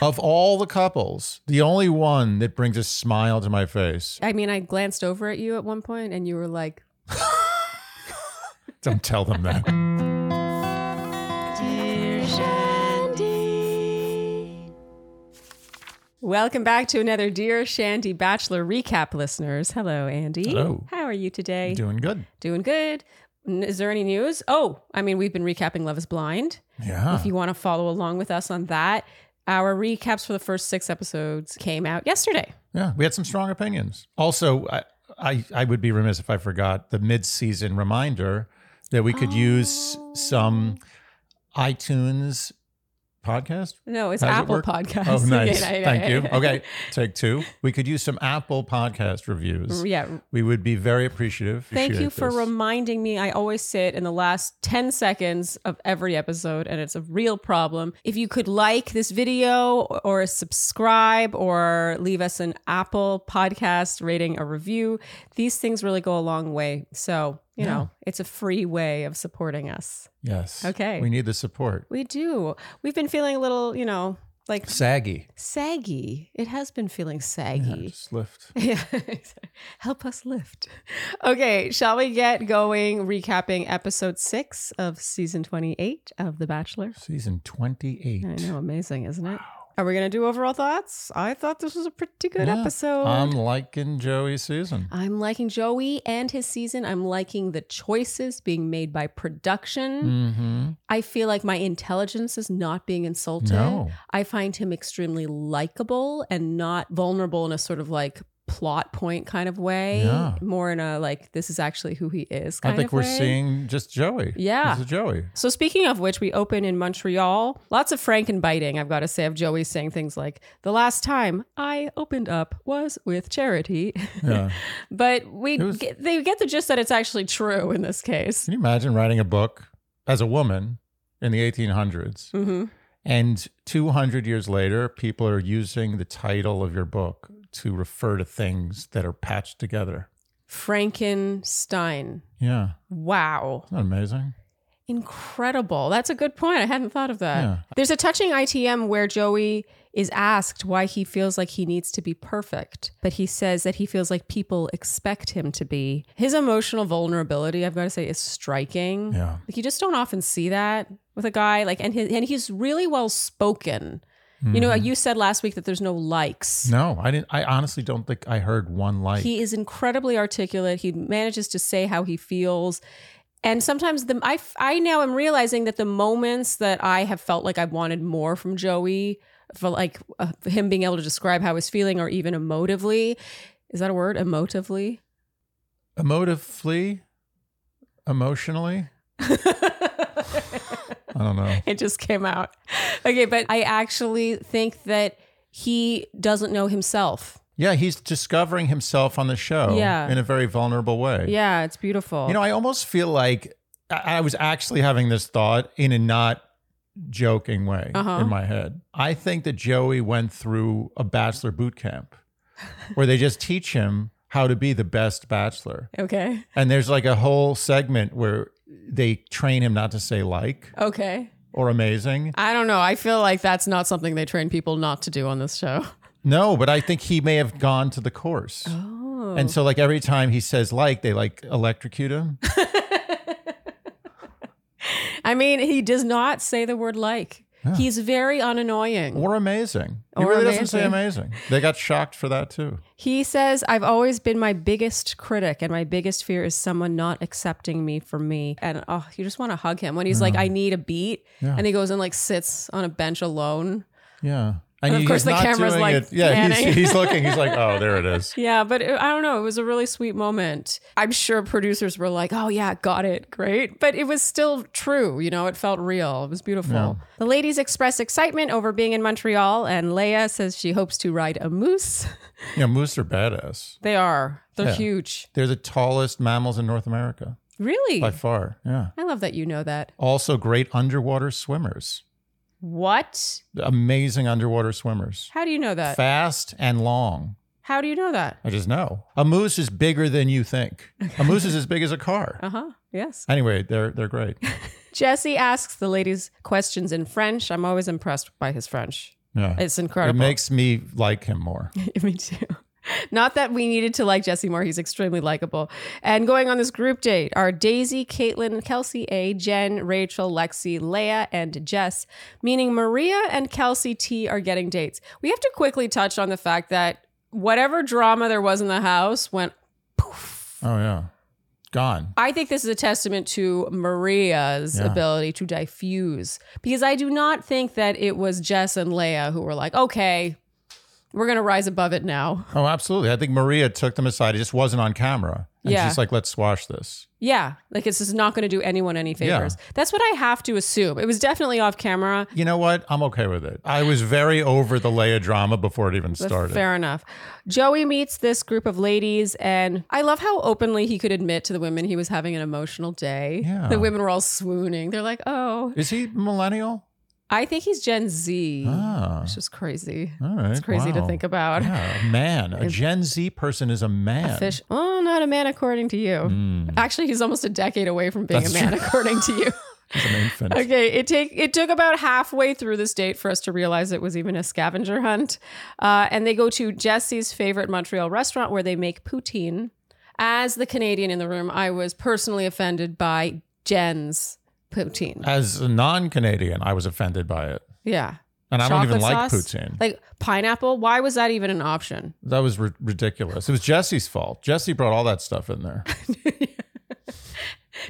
Of all the couples, the only one that brings a smile to my face. I mean, I glanced over at you at one point and you were like, Don't tell them that. Welcome back to another Dear Shandy Bachelor recap, listeners. Hello, Andy. Hello. How are you today? Doing good. Doing good. N- Is there any news? Oh, I mean, we've been recapping Love is Blind. Yeah. If you want to follow along with us on that, our recaps for the first six episodes came out yesterday. Yeah. We had some strong opinions. Also, I, I, I would be remiss if I forgot the mid season reminder that we could use Oh. some iTunes podcast. No, it's How's it Apple work? Podcasts. Oh, nice. Yeah, yeah, yeah, Thank you. yeah. Okay. Take two. We could use some Apple podcast reviews. Yeah, We would be very appreciative. Thank you Appreciate for this. reminding me. I always sit in the last 10 seconds of every episode, and it's a real problem. If you could like this video or subscribe or leave us an Apple podcast rating, a review, these things really go a long way. So, you know, it's a free way of supporting us. Yes. Okay. We need the support. We do. We've been feeling a little, you know, like Saggy. saggy. It has been feeling Yeah, saggy. just lift. Yeah. Help us lift. Okay, shall we get going recapping episode 6 of season 28 of The Bachelor? Season 28. I know, amazing, isn't it? Are we going to do overall thoughts? I thought this was a pretty good Yeah, um, episode. I'm liking Joey's season. I'm liking Joey and his season. I'm liking the choices being made by production. Mm-hmm. I feel like my intelligence is not being insulted. No. I find him extremely likable and not vulnerable in a sort of like plot point kind of way. Yeah. More in a like this is actually who he is kind I of think we're way. seeing just Joey. Yeah. This is Joey. So speaking of which, we open in Montreal. Lots of Frankenbiting, I've got to say, of Joey saying things like, "The last time I opened up was with charity," Yeah. but we It was- get, they get the gist that it's actually true in this case. Can you imagine writing a book as a woman in the 1800s hmm and 200 years later, people are using the title of your book to refer to things that are patched together? Frankenstein. Yeah. Wow. Isn't that amazing? Incredible. That's a good point. I hadn't thought of that. Yeah. There's a touching ITM where Joey is asked why he feels like he needs to be perfect, but he says that he feels like people expect him to be. His emotional vulnerability, I've got to say, is striking. Yeah. Like you just don't often see that with a guy. Like, and his, and he's really well spoken. You know, you said last week that there's no likes. Mm-hmm. No, I didn't. I honestly don't think I heard one like. He is incredibly articulate. He manages to say how he feels. And sometimes the I, I now am realizing that the moments that I have felt like I wanted more from Joey, for like uh, for him being able to describe how he's feeling or even emotively, is that a word? Emotively? Emotively, emotionally. I don't know. it just came out. Okay, but I actually think that he doesn't know himself. Yeah, he's discovering himself on the show Yeah. in a very vulnerable way. Yeah, it's beautiful. You know, I almost feel like I I was actually having this thought in a not joking way Uh-huh. in my head. I think that Joey went through a bachelor boot camp where they just teach him how to be the best bachelor. okay. And there's like a whole segment where they train him not to say like Okay. or amazing. I don't know. I feel like that's not something they train people not to do on this show. No, but I think he may have gone to the course. Oh. And so like every time he says like, they like electrocute him. I mean, he does not say the word like. Yeah. He's very unannoying. Or amazing. He Or really doesn't say amazing. amazing. They got shocked for that too. He says, I've always been my biggest critic, and my biggest fear is someone not accepting me for me. And oh, you just want to hug him when he's like, I need a beat. Yeah. And he goes and like sits on a bench alone. Yeah. And of he- course he's the not camera's, doing like, it- Yeah, panning. he's, he's looking. He's like, oh, there it is. Yeah, but it, I don't know. It was a really sweet moment. I'm sure producers were like, oh, yeah, got it. Great. But it was still true. You know, it felt real. It was beautiful. The ladies express excitement over being in Montreal, and Leah says she hopes to ride a moose. You know, moose are badass. They are. They're Yeah. huge. They're the tallest mammals in North America Really? by far. Yeah. I love that you know that. Also, great underwater swimmers. What? Amazing underwater swimmers. How do you know that? Fast and long. How do you know that? I just know. A moose is bigger than you think. A moose is as big as a car. Uh huh. Yes. Anyway, they're they're great. Jesse asks the ladies questions in French. I'm always impressed by his French. Yeah. It's It incredible. makes me like him more. Me too. Not that we needed to like Jesse more. He's extremely likable. And going on this group date are Daisy, Caitlin, Kelsey A, Jen, Rachel, Lexi, Leah, and Jess, meaning Maria and Kelsey T are getting dates. We have to quickly touch on the fact that whatever drama there was in the house went poof. Oh yeah. Gone. I think this is a testament to Maria's Yeah. ability to diffuse because I do not think that it was Jess and Leia who were like, okay, we're going to rise above it now. Oh, absolutely. I think Maria took them aside. It just wasn't on camera. And Yeah. she's like, let's squash this. Yeah, like it's just not going to do anyone any favors. That's what I have to assume. It was definitely off camera. You know what? I'm okay with it. I was very over the Leia drama before it even but started. Fair enough. Joey meets this group of ladies, and I love how openly he could admit to the women he was having an emotional day. Yeah. The women were all swooning. They're like, oh, Is he millennial? I think he's Gen Z. Ah. Mm. It's just crazy. All right. It's crazy to think about. Yeah, a man. A Gen Z person is a man. A fish. Oh, not a man, according to you. Mm, Actually, he's almost a decade away from being That's a man, true. according to you. he's an infant. Okay, it take it took about halfway through this date for us to realize it was even a scavenger hunt. Uh, and they go to Jesse's favorite Montreal restaurant where they make poutine. As the Canadian in the room, I was personally offended by Jen's poutine. As a non-Canadian, I was offended by it, Yeah, and I don't even Chocolate like sauce? poutine. like pineapple. Why was that even an option? That was ri- ridiculous. It was Jesse's fault. Jesse brought all that stuff in there.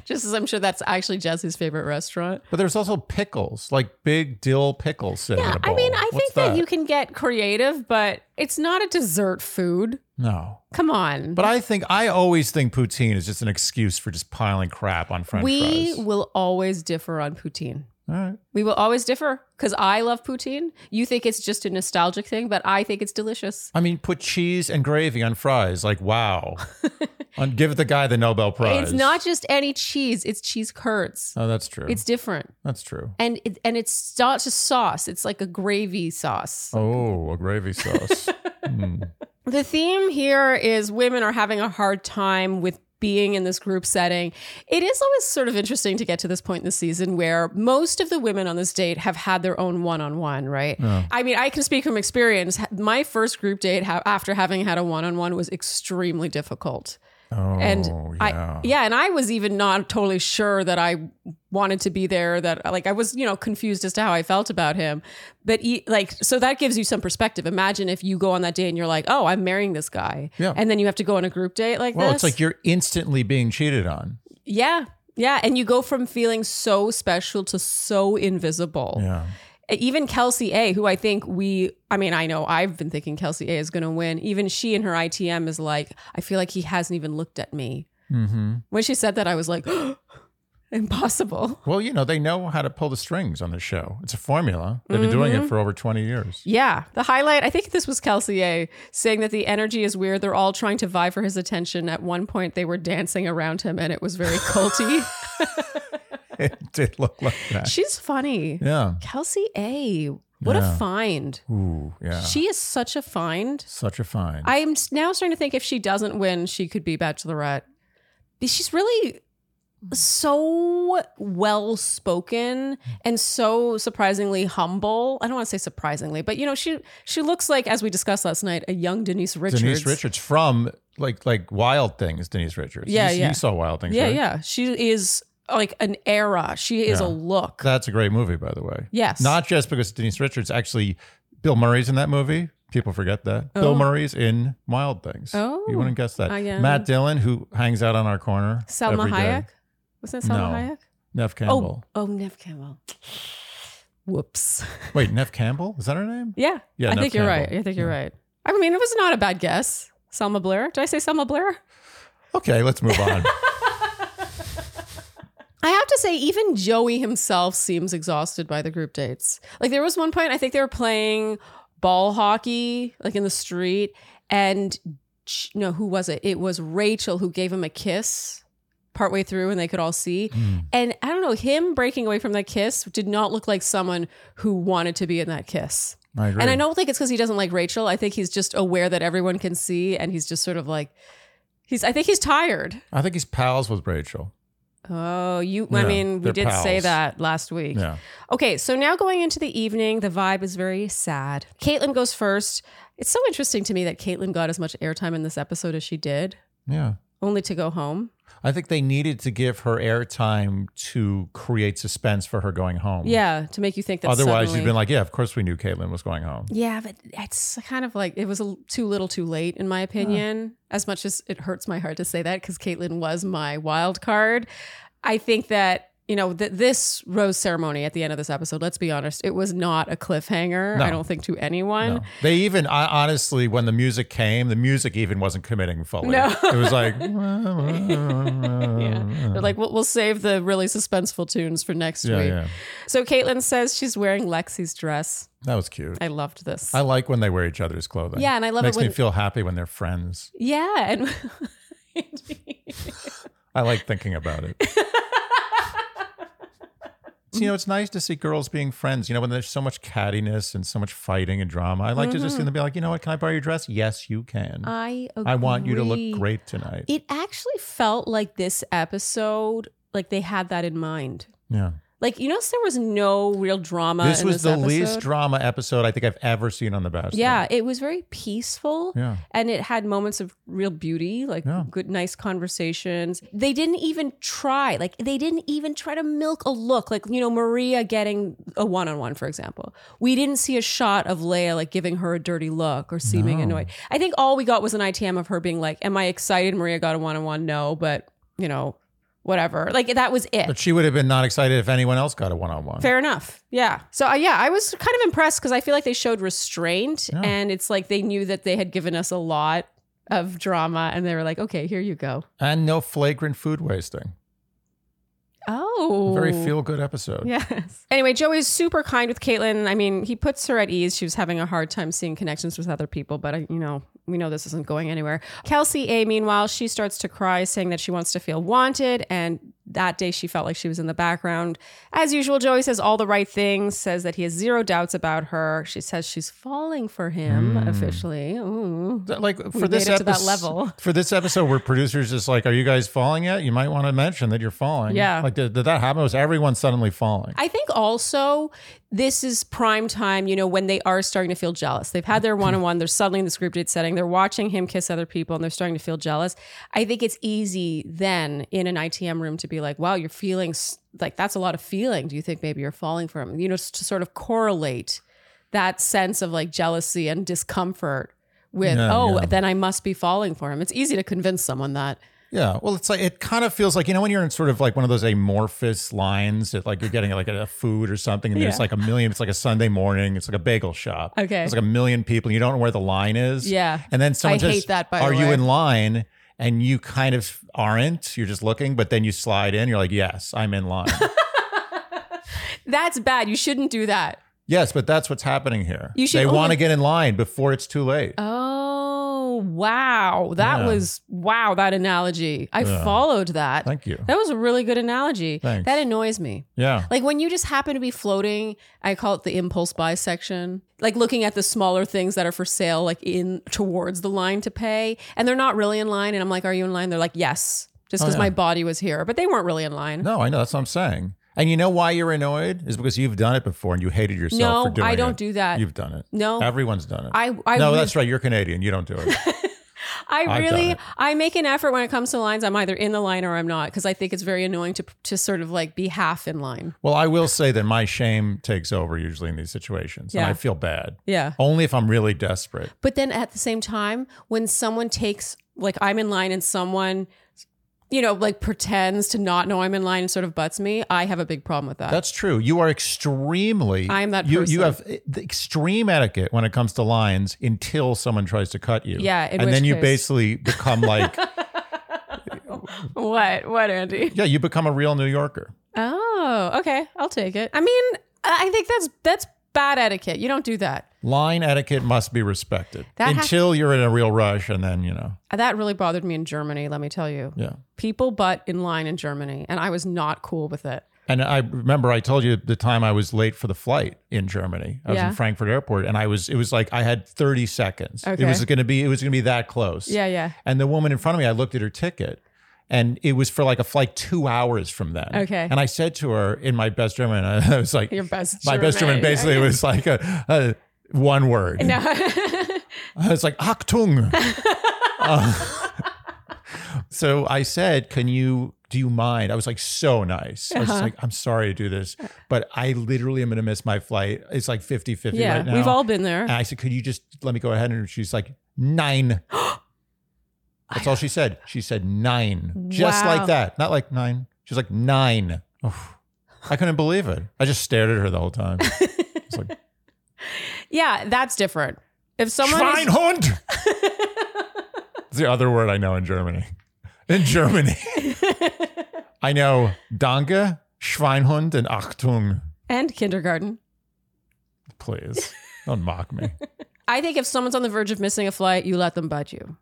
Just as I'm sure that's actually Jesse's favorite restaurant. But there's also pickles, like big dill pickles sitting in Yeah, a bowl. I mean, I What's think that you can get creative, but it's not a dessert food. No. Come on. But I think I always think poutine is just an excuse for just piling crap on french we fries. will always differ on poutine. All right. We will always differ because I love poutine. You think it's just a nostalgic thing, but I think it's delicious. I mean, put cheese and gravy on fries. Like, wow. and give the guy the Nobel Prize. It's not just any cheese; it's cheese curds. Oh, that's true. It's different, that's true. and it, and it's not just sauce; it's like a gravy sauce. Oh, a gravy sauce. Hmm. The theme here is women are having a hard time with being in this group setting. It is always sort of interesting to get to this point in the season where most of the women on this date have had their own one on one, right? Yeah. I mean, I can speak from experience. My first group date ha- after having had a one on one was extremely difficult. Oh, And yeah. I, yeah, and I was even not totally sure that I wanted to be there. That like I was, you know, confused as to how I felt about him. But he, like, so that gives you some perspective. Imagine if you go on that day and you're like, "Oh, I'm marrying this guy," Yeah. and then you have to go on a group date like Well, this. it's like you're instantly being cheated on. yeah, yeah, and you go from feeling so special to so invisible. E, Yeah. Even Kelsey A, who I think we, I mean, I know I've been thinking Kelsey A is going to win. Even she in her ITM is like, I feel like he hasn't even looked at me. hmm When she said that, I was like, impossible. Well, you know, they know how to pull the strings on the show. It's a formula. They've been doing Mm-hmm. it for over 20 years. Yeah. The highlight, I think this was Kelsey A saying that the energy is weird. They're all trying to vie for his attention. At one point, they were dancing around him and it was very culty. it did look like that. She's funny. Yeah. Kelsey A, what Yeah. a find. Ooh, yeah. She is such a find. Such a find. I'm s- now starting to think if she doesn't win, she could be Bachelorette. But She's really so well spoken and so surprisingly humble. I don't want to say surprisingly, but you know, she she looks like, as we discussed last night, a young Denise Richards. Denise Richards from like like Wild Things. Denise Richards. Yeah, you, yeah. You saw Wild Things. Yeah, right? yeah. She is like an era. She is Yeah. a look. That's a great movie, by the way. yes. Not just because Denise Richards. Actually, Bill Murray's in that movie. People forget that. Bill Oh. Murray's in Wild Things. Oh. you wouldn't guess that. I, uh, Matt Dillon, who hangs out on our corner. Selma every day. Hayek. Wasn't it Selma No. Hayek? Neff Campbell. Oh, oh, Nev Campbell. Whoops. Wait, Neff Campbell? Is that her name? Yeah. Yeah, I Nev think you're right. Campbell. I think you're right. I mean, it was not a bad guess. Selma Blair. Did I say Selma Blair? Okay, let's move on. I have to say, even Joey himself seems exhausted by the group dates. Like, there was one point, I think they were playing ball hockey, like in the street. And Ch- no, who was it? It was Rachel who gave him a kiss partway through, and they could all see. Hmm. And I don't know, him breaking away from that kiss did not look like someone who wanted to be in that kiss. I agree. And I don't think it's because he doesn't like Rachel. I think he's just aware that everyone can see, and he's just sort of like, he's. I think he's tired. I think he's pals with Rachel. Oh, you, I Yeah, mean, we they're did say pals. that last week. Yeah. Okay, so now going into the evening, the vibe is very sad. Caitlin goes first. It's so interesting to me that Caitlin got as much airtime in this episode as she did, Yeah. only to go home. I think they needed to give her airtime to create suspense for her going home. Yeah, to make you think that Otherwise, suddenly, you'd been like, yeah, of course we knew Caitlin was going home. yeah, but it's kind of like it was a, l- too little, too late, in my opinion. As much as it hurts my heart to say that, because Caitlin was my wild card. I think that you know th- this rose ceremony at the end of this episode. Let's be honest, it was not a cliffhanger. I No. don't think to anyone. No. They even, I, honestly, when the music came, the music even wasn't committing fully. No. It was like, Yeah. They're like, we'll, we'll save the really suspenseful tunes for next yeah, week. yeah. So Caitlin says she's wearing Lexi's dress. That was cute. I loved this. I like when they wear each other's clothing. yeah, and I love Makes it when. me feel happy when they're friends. yeah, and. I like thinking about it. So, you know, it's nice to see girls being friends. You know, when there's so much cattiness and so much fighting and drama, I like to just see Mm-hmm. them be like, you know what? Can I borrow your dress? Yes, you can. I agree. I want you to look great tonight. It actually felt like this episode, like they had that in mind. yeah. Like you notice there was no real drama. This in was the episode. least drama episode I think I've ever seen on The Bachelor. Yeah, it was very peaceful. Yeah. and it had moments of real beauty like Yeah. good nice conversations they didn't even try like they didn't even try to milk a look like you know maria getting a one-on-one for example we didn't see a shot of leia like giving her a dirty look or seeming No. annoyed i think all we got was an itm of her being like am i excited maria got a one-on-one no but you know whatever like that was it But she would have been not excited if anyone else got a one on one. Fair enough. Yeah. So uh, yeah, I was kind of impressed because I feel like they showed restraint, Yeah. and it's like they knew that they had given us a lot of drama, and they were like, "Okay, here you go." And no flagrant food wasting. Oh, Very feel good episode. Yes. Anyway, Joey's super kind with Caitlin. I mean, he puts her at ease. She was having a hard time seeing connections with other people, but uh, you know, we know this isn't going anywhere. Kelsey A, meanwhile, she starts to cry, saying that she wants to feel wanted. And that day she felt like she was in the background. As usual, Joey says all the right things, says that he has zero doubts about her. She says she's falling for him Mm. officially. Ooh. Th- Like for made this it to that epis- level. for this episode, where producers just like, "Are you guys falling yet?" You might want to mention that you're falling. Yeah. Like did, did that happen? Was everyone suddenly falling? I think also this is prime time, you know, when they are starting to feel jealous. They've had Hmm. their one on one, they're suddenly in this group date setting, they're watching him kiss other people and they're starting to feel jealous. I think it's easy then in an ITM room to be like, wow, you're feeling s- like that's a lot of feeling. Do you think maybe you're falling for him? You know, s- to sort of correlate that sense of like jealousy and discomfort with, Yeah, oh, yeah. then I must be falling for him. It's easy to convince someone that. yeah. Well, it's like it kind of feels like you know when you're in sort of like one of those amorphous lines that like you're getting like a, a food or something, and Yeah. there's like a million. It's like a Sunday morning. It's like a bagel shop. Okay. It's like a million people. And you don't know where the line is. Yeah. And then someone I says, hate that, by the "Are you way." in line?" And you kind of aren't. You're just looking, but then you slide in. You're like, "Yes, I'm in line." That's bad. You shouldn't do that. Yes, but that's what's happening here. You should they want only- to get in line before it's too late. Oh, wow. That Yeah. was wow, that analogy. I Yeah. followed that. Thank you. that was a really good analogy. Thanks. That annoys me. Yeah. Like when you just happen to be floating, I call it the impulse buy section. Like looking at the smaller things that are for sale like in towards the line to pay and they're not really in line and I'm like, "Are you in line?" They're like, "Yes." Just Oh, because yeah. my body was here, but they weren't really in line. No, I know. That's what I'm saying. And you know why you're annoyed is because you've done it before and you hated yourself for No, doing it. I don't do that. You've done it. no. Everyone's done it. I I no, re- that's right. You're Canadian. You don't do it. I I've done really it. I make an effort when it comes to lines. I'm either in the line or I'm not because I think it's very annoying to to sort of like be half in line. well, I will say that my shame takes over usually in these situations, Yeah. and I feel bad. Yeah. Only if I'm really desperate. But then at the same time, when someone takes like I'm in line and someone you know like pretends to not know I'm in line and sort of butts me, I have a big problem with that. That's true. You are extremely. I am that You, person. you have eh, the extreme etiquette when it comes to lines until someone tries to cut you. Yeah, in and which then you case- basically become like, what? What, Andy? yeah, you become a real New Yorker. Oh, okay. I'll take it. I mean, I I think that's that's bad etiquette. You don't do that. Line etiquette must be respected That has- until you're in a real rush, and then you know, That really bothered me in Germany, let me tell you. yeah. people butt in line in Germany, and I was not cool with it. And I remember I told you the time I was late for the flight in Germany. I was Yeah. in Frankfurt Airport, and I was it was like I had 30 seconds. Okay. It was going to be it was going to be that close. Yeah, yeah. And the woman in front of me, I looked at her ticket, And it was for like a flight two hours from then. Okay. And I said to her in my best German, I was like, Your best my best German basically was like a, a one word. No. I was like, Achtung. Uh, so I said, Can you, do you mind? I was like, So nice. I was just Uh-huh. like, I'm sorry to do this, but I literally am going to miss my flight. It's like 50 50 yeah, right now. we've all been and there. I said, Could you just let me go ahead? And she's like, Nine. That's all she said. She said nine, just Wow. like that. Not like nine. She was like nine. Oof. I couldn't believe it. I just stared at her the whole time. It's like, yeah, that's different. If someone is- Schweinhund. It's the other word I know in Germany. In Germany, I know Danke, Schweinhund, and Achtung. and kindergarten. Please don't mock me. I think if someone's on the verge of missing a flight, you let them bud you.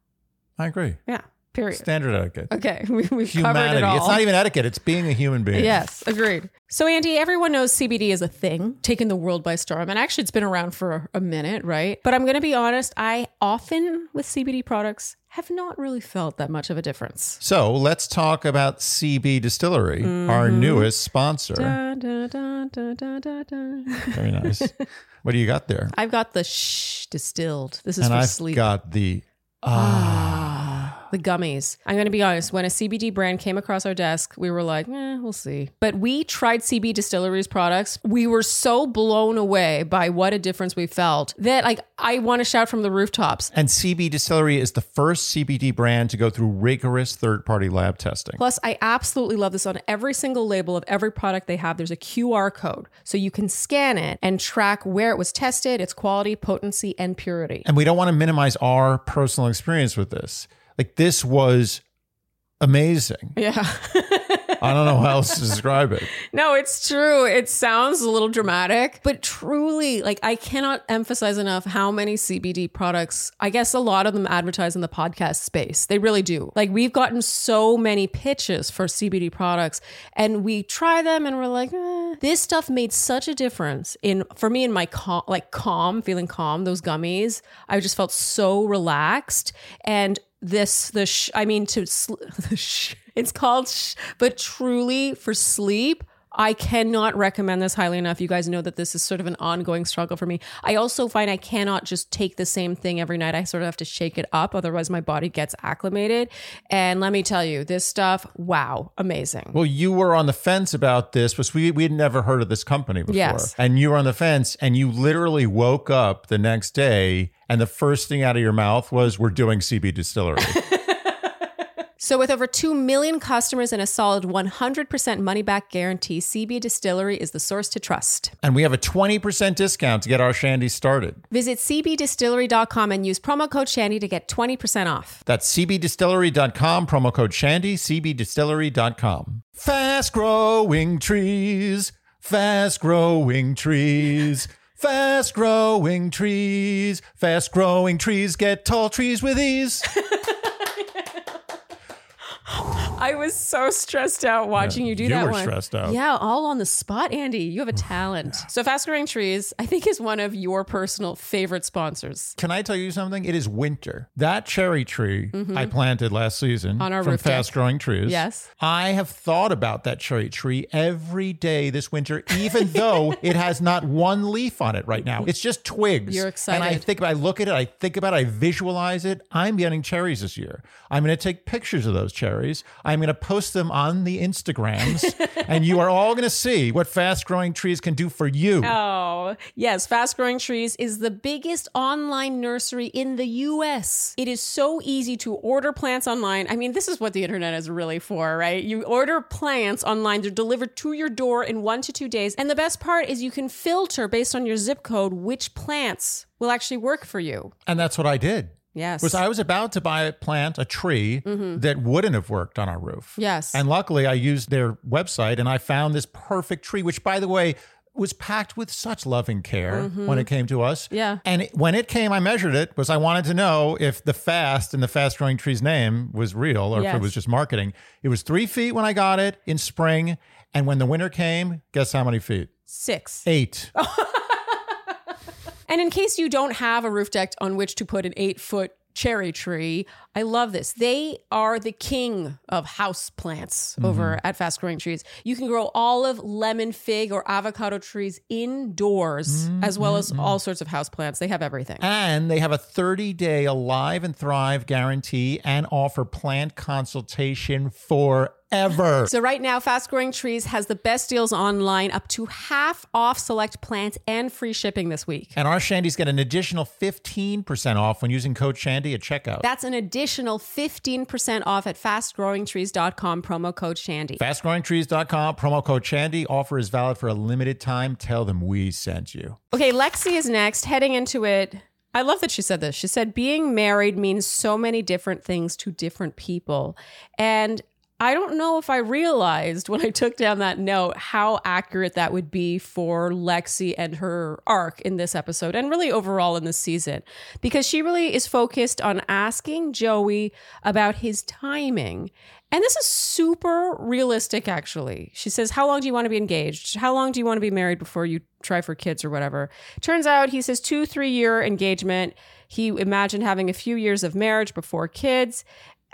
I agree. Yeah. Period. Standard etiquette. okay. We, we've covered Humanity. it all. It's not even etiquette. It's being a human being. Yes, agreed. So, Andy, everyone knows CBD is a thing, taking the world by storm. And actually, it's been around for a minute, right? But I'm going to be honest, I often with CBD products have not really felt that much of a difference. So let's talk about CB Distillery, our Mm-hmm. newest sponsor. Dun, dun, dun, dun, dun, dun, dun. Very nice. what do you got there? I've got the shh distilled. This is and for I've sleep. got the ah. the gummies. I'm going to be honest. When a CBD brand came across our desk, we were like, eh, we'll see. But we tried CB Distilleries products. We were so blown away by what a difference we felt that, like, I want to shout from the rooftops. And CB Distillery is the first CBD brand to go through rigorous third-party lab testing. Plus, I absolutely love this on every single label of every product they have. There's a QR code so you can scan it and track where it was tested, its quality, potency, and purity. and we don't want to minimize our personal experience with this. Like this was amazing. Yeah. I don't know how else to describe it. No, it's true. It sounds a little dramatic, but truly, like I cannot emphasize enough how many CBD products, I guess a lot of them advertise in the podcast space. They really do. Like we've gotten so many pitches for CBD products and we try them and we're like, eh. this stuff made such a difference in for me in my cal- like calm, feeling calm, those gummies. I just felt so relaxed and this the sh- I mean to sl- the sh- it's called sh- but truly for sleep I cannot recommend this highly enough. You guys know that this is sort of an ongoing struggle for me. I also find I cannot just take the same thing every night. I sort of have to shake it up otherwise my body gets acclimated. And let me tell you, this stuff, wow, amazing. Well, you were on the fence about this because we we had never heard of this company before, Yes. and you were on the fence, and you literally woke up the next day, and the first thing out of your mouth was, "We're doing CB Distillery." So, with over 2 million customers and a solid 100% money back guarantee, CB Distillery is the source to trust. and we have a twenty percent discount to get our shandy started. Visit cbdistillery.com and use promo code Shandy to get 20% off. That's cbdistillery.com, promo code Shandy, cbdistillery.com. Fast growing trees, fast growing trees, fast growing trees, fast growing trees get tall trees with ease. I was so stressed out watching you do you that were one. stressed out. Yeah, all on the spot, Andy. You have a talent. So Fast Growing Trees, I think, is one of your personal favorite sponsors. Can I tell you something? It is winter. That cherry tree I planted last season Mm-hmm. On our from roof deck. fast growing trees. Yes. I have thought about that cherry tree every day this winter, even though it has not one leaf on it right now. It's just twigs. You're And I excited. think about I look at it, I think about it, I visualize it. I'm getting cherries this year. I'm going to take pictures of those cherries. I'm going to post them on the Instagrams, and you are all going to see what fast growing trees can do for you. Oh, yes. Fast Growing Trees is the biggest online nursery in the US. It is so easy to order plants online. I mean, this is what the internet is really for, right? You order plants online, they're delivered to your door in one to two days. And the best part is you can filter based on your zip code which plants will actually work for you. And that's what I did. Yes. was I was about to buy a plant, a tree that wouldn't have worked on our roof. Mm-hmm. Yes. And luckily I used their website and I found this perfect tree, which by the way, was packed with such loving care when it came to us. Mm-hmm. Yeah. And it- when it came, I measured it because I wanted to know if the fast and the fast growing tree's name was real or if it Yes. was just marketing. It was three feet when I got it in spring. And when the winter came, guess how many feet? Six. Eight. And in case you don't have a roof deck on which to put an eight foot cherry tree. I love this. They are the king of house plants over at Fast Growing Trees. You can grow olive, lemon, fig, or avocado trees indoors, as well as all sorts of house plants. They have everything. And they have a 30 day Alive and Thrive guarantee and offer plant consultation forever. So right now, Fast Growing Trees has the best deals online, up to half off select plants and free shipping this week. And our Shandy's get an additional 15% off when using code Shandy at checkout. That's an additional 15% off at fastgrowingtrees.com promo code Shandy. FastGrowingTrees.com, promo code Shandy. Offer is valid for a limited time. Tell them we sent you. Okay, Lexi is next, heading into it. I love that she said this. She said, being married means so many different things to different people. And I don't know if I realized when I took down that note how accurate that would be for Lexi and her arc in this episode and really overall in this season, because she really is focused on asking Joey about his timing and this is super realistic, actually. She says, How long do you want to be engaged? How long do you want to be married before you try for kids or whatever? Turns out he says two, three year engagement. He imagined having a few years of marriage before kids.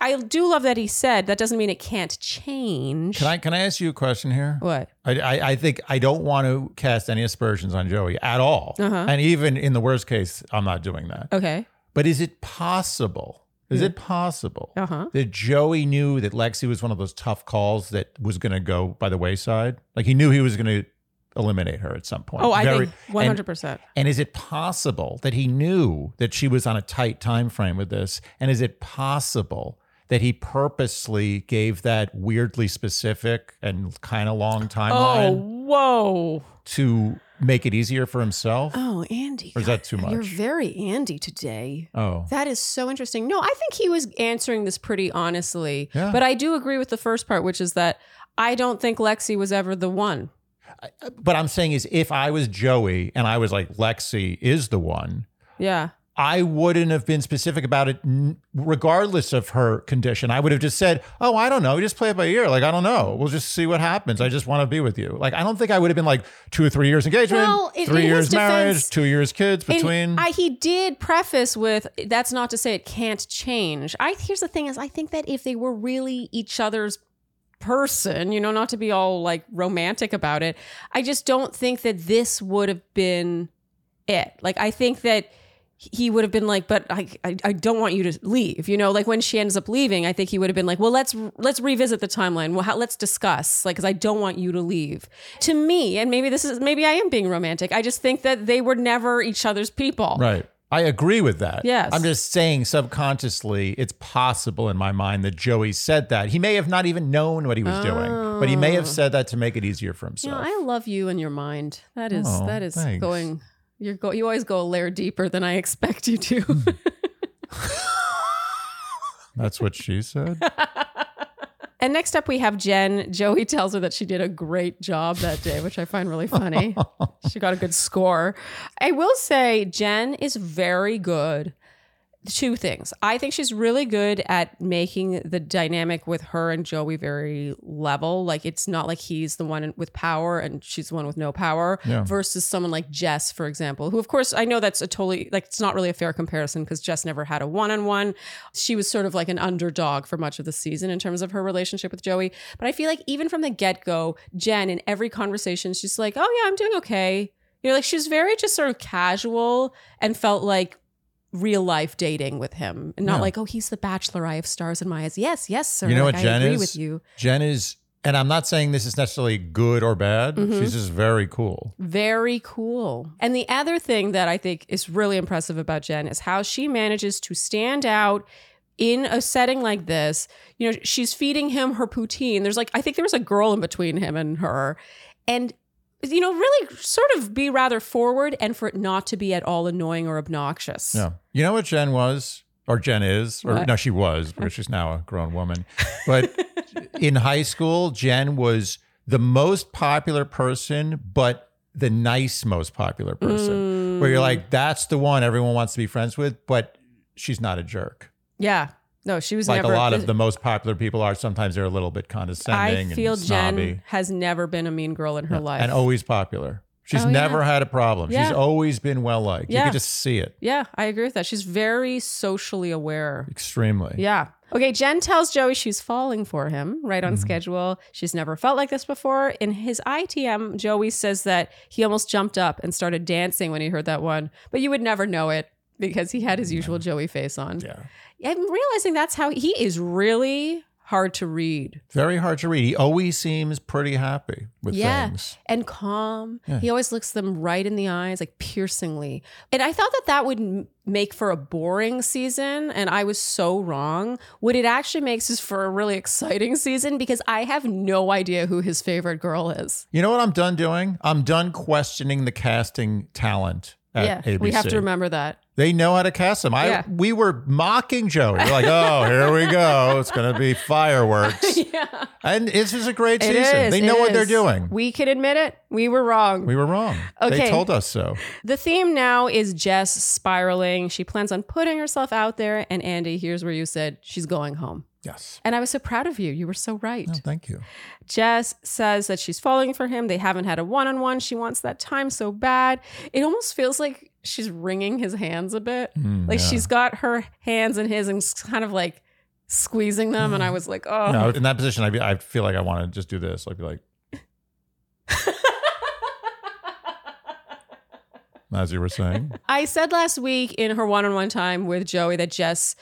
I do love that he said that doesn't mean it can't change. Can I can I ask you a question here? What? I, I, I think I don't want to cast any aspersions on Joey at all. Uh-huh. And even in the worst case, I'm not doing that. Okay. But is it possible? Is it possible Uh-huh. that Joey knew that Lexi was one of those tough calls that was going to go by the wayside? Like he knew he was going to eliminate her at some point. Oh, I Very- think and- 100%. And is it possible that he knew that she was on a tight time frame with this? And is it possible that he purposely gave that weirdly specific and kind of long oh, timeline whoa. to make it easier for himself? Oh, Andy. Or is that too God, You're much? very Andy today. Oh. That is so interesting. No, I think he was answering this pretty honestly. Yeah. But I do agree with the first part, which is that I don't think Lexi was ever the one. But I'm saying is if I was Joey and I was like Lexi is the one, Yeah. I wouldn't have been specific about it n- regardless of her condition. I would have just said, "Oh, I don't know. We just play it by ear. Like I don't know. We'll just see what happens. I just want to be with you." Like I don't think I would have been like 2 or 3 years engagement, Well, in- 3 in years his defense- marriage, 2 years kids And between. I, he did preface with that's not to say it can't change. I here's the thing is I think that if they were really each other's person, you know, not to be all like romantic about it, I just don't think that this would have been it. Like I think that he would have been like, but I, I I don't want you to leave. You know, like when she ends up leaving, I think he would have been like, well, let's let's revisit the timeline. Well, how, let's discuss, like, because I don't want you to leave. To me, and maybe this is maybe I am being romantic. I just think that they were never each other's people. right. I agree with that. Yes. I'm just saying subconsciously it's possible in my mind that Joey said that. He may have not even known what he was doing, but he may have said that to make it easier for You himself. know, Oh. I love you and your mind. That is Oh, that is thanks. going. You're go, you always go a layer deeper than I expect you to. That's what she said. And next up, we have Jen. Joey tells her that she did a great job that day, which I find really funny. she got a good score. I will say, Jen is very good. Two things. I think she's really good at making the dynamic with her and Joey very level. Like, it's not like he's the one with power and she's the one with no power Yeah. versus someone like Jess, for example, who, of course, I know that's a totally, like, it's not really a fair comparison because Jess never had a one on one. She was sort of like an underdog for much of the season in terms of her relationship with Joey. But I feel like even from the get go, Jen, in every conversation, she's like, oh, yeah, I'm doing okay. You know, like, she was very just sort of casual and felt like, Real life dating with him, and not Yeah. like, oh, he's the bachelor. I have stars in my eyes. Yes, yes, sir. You know Like, what I Jen agree is? with you. Jen is, and I'm not saying this is necessarily good or bad. Mm-hmm. She's just very cool. Very cool. And the other thing that I think is really impressive about Jen is how she manages to stand out in a setting like this. You know, she's feeding him her poutine. There's like, I think there was a girl in between him and her. And you know, really sort of be rather forward and for it not to be at all annoying or obnoxious. Yeah. You know what Jen was, or Jen is, or What? no, she was, but she's now a grown woman. But in high school, Jen was the most popular person, but the nice most popular person, Mm. where you're like, that's the one everyone wants to be friends with, but she's not a jerk. Yeah. No, she was Like never a lot of the most popular people are, sometimes they're a little bit condescending I feel and snobby Jen has never been a mean girl in her life. and always popular. She's Oh, yeah. never had a problem. Yeah. She's always been well liked. You Yeah. can just see it Yeah, I agree with that. She's very socially aware. extremely. Yeah. Okay, Jen tells Joey she's falling for him, right on schedule. She's never felt like this before. In his ITM, Joey says that he almost jumped up and started dancing when he heard that one, but you would never know it because he had his usual Joey face on. Yeah. I'm realizing that's how he is really hard to read Very hard to read. He always seems pretty happy with Yeah. things. and calm. Yeah. He always looks them right in the eyes, like piercingly. And I thought that that would m- make for a boring season, and I was so wrong. What it actually makes is for a really exciting season because I have no idea who his favorite girl is. You know what I'm done doing? I'm done questioning the casting talent at yeah, ABC. we have to remember that. They know how to cast them. I Yeah. we were mocking Joey. We're like, oh, here we go. It's gonna be fireworks. yeah, And this is a great it season. is. They know it what they're is. doing. We can admit it. We were wrong. We were wrong. They Okay. told us so. The theme now is Jess spiraling. She plans on putting herself out there. And Andy, here's where you said she's going home. Yes. And I was so proud of you. You were so right. No, Oh, thank you. Jess says that she's falling for him. They haven't had a one on one. She wants that time so bad. It almost feels like she's wringing his hands a bit. Mm, Like yeah. she's got her hands in his and s- kind of like squeezing them. And I was like, oh. No, in that position, I'd be, I feel like I want to just do this. I'd be like, as you were saying, I said last week in her one on one time with Joey that Jess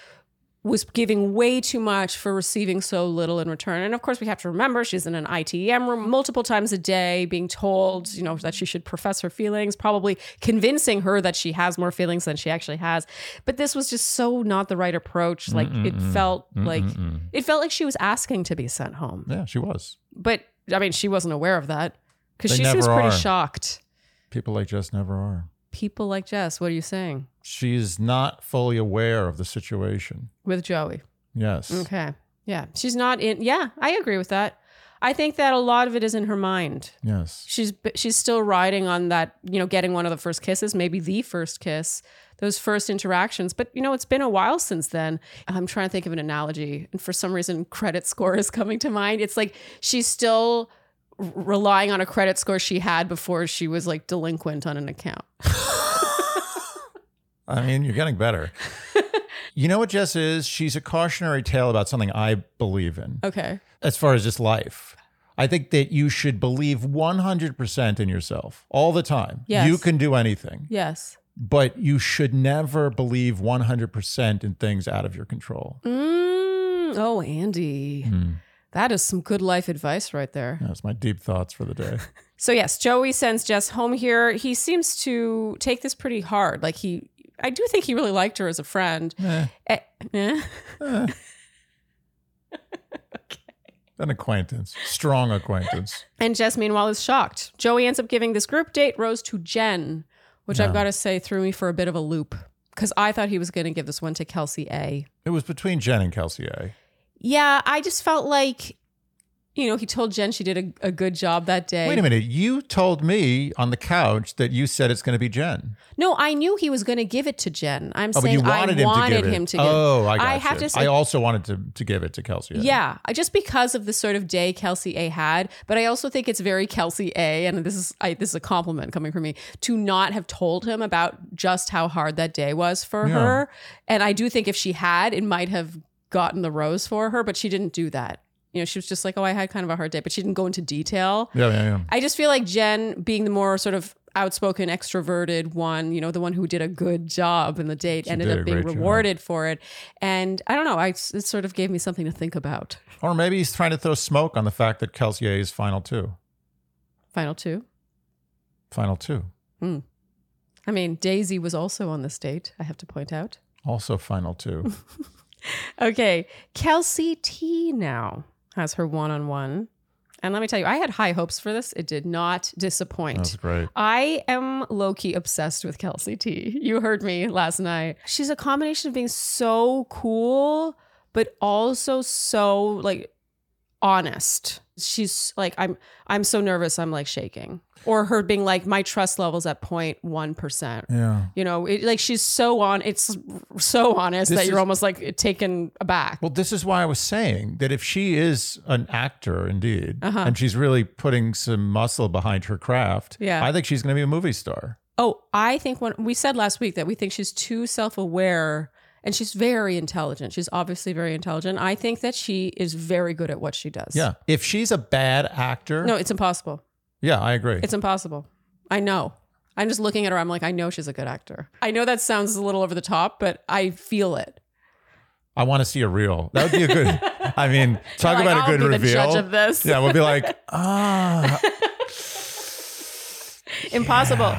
was giving way too much for receiving so little in return. And of course, we have to remember she's in an ITM room multiple times a day, being told, you know, that she should profess her feelings, probably convincing her that she has more feelings than she actually has. But this was just so not the right approach. Like it Mm-mm-mm. felt like Mm-mm-mm. it felt like she was asking to be sent home. yeah, she was. But I mean, she wasn't aware of that because They she seems never pretty are. shocked. People like Jess never are. People like Jess, what are you saying She's not fully aware of the situation. with Joey? Yes. Okay. Yeah. She's not in. Yeah, I agree with that. I think that a lot of it is in her mind. Yes. She's she's still riding on that, you know, getting one of the first kisses, maybe the first kiss, those first interactions. But you know, it's been a while since then. I'm trying to think of an analogy, and for some reason, credit score is coming to mind. It's like she's still r- relying on a credit score she had before she was like delinquent on an account. I mean, you're getting better. you know what Jess is? She's a cautionary tale about something I believe in Okay. as far as just life. I think that you should believe 100% in yourself all the time. Yes. You can do anything, Yes. but you should never believe 100% in things out of your control. Mm, oh, Andy. That is some good life advice right there. That's my deep thoughts for the day. So yes, Joey sends Jess home here. He seems to take this pretty hard. Like he I do think he really liked her as a friend. Eh, Eh, eh. eh. An acquaintance, strong acquaintance. And Jess meanwhile is shocked. Joey ends up giving this group date rose to Jen, which I've No. got to say threw me for a bit of a loop cuz I thought he was going to give this one to Kelsey A. It was between Jen and Kelsey eh? A. Yeah, I just felt like you know, he told Jen she did a, a good job that day. Wait a minute. You told me on the couch that you said it's going to be Jen. No, I knew he was going to give it to Jen. I'm Oh, but saying you wanted I him to wanted give him it. to give oh, I got I have you. to say- I also wanted to, to give it to Kelsey. eh? A. Yeah, I- just because of the sort of day Kelsey A had, but I also think it's very Kelsey A, and this is I, this is a compliment coming from me to not have told him about just how hard that day was for Yeah. her. And I do think if she had, it might have gotten the rose for her, but she didn't do that. You know, she was just like, "Oh, I had kind of a hard day," but she didn't go into detail. Yeah, yeah, yeah. I just feel like Jen being the more sort of outspoken, extroverted one, you know, the one who did a good job in the date, ended did up a being great job. rewarded for it. And I don't know, I, it sort of gave me something to think about. Or maybe he's trying to throw smoke on the fact that Kelsey A is final two. Final two. Final two. I mean, Daisy was also on this date, I have to point out. Also final two. Okay, Kelsey T now has her one on one. And let me tell you, I had high hopes for this. It did not disappoint. That's great. I am low key obsessed with Kelsey T. You heard me last night. She's a combination of being so cool, but also so like honest. she's like i'm i'm so nervous i'm like shaking or her being like my trust level's at 0.1% Yeah. you know it, like she's so on it's so honest This that you're is- almost like taken aback Well, this is why I was saying that if she is an actor indeed, Uh-huh. and she's really putting some muscle behind her craft, Yeah. I think she's going to be a movie star. oh i think when we said last week that we think she's too self-aware and she's very intelligent she's obviously very intelligent i think that she is very good at what she does Yeah. If she's a bad actor, no it's impossible yeah, I agree. It's impossible. I know. I'm just looking at her. I'm like, I know she's a good actor. I know that sounds a little over the top, but I feel it. I want to see a reel. That would be a good. I mean, talk Like, about I'll a good be The reveal. judge of this. Yeah, we'll be like, ah, Impossible.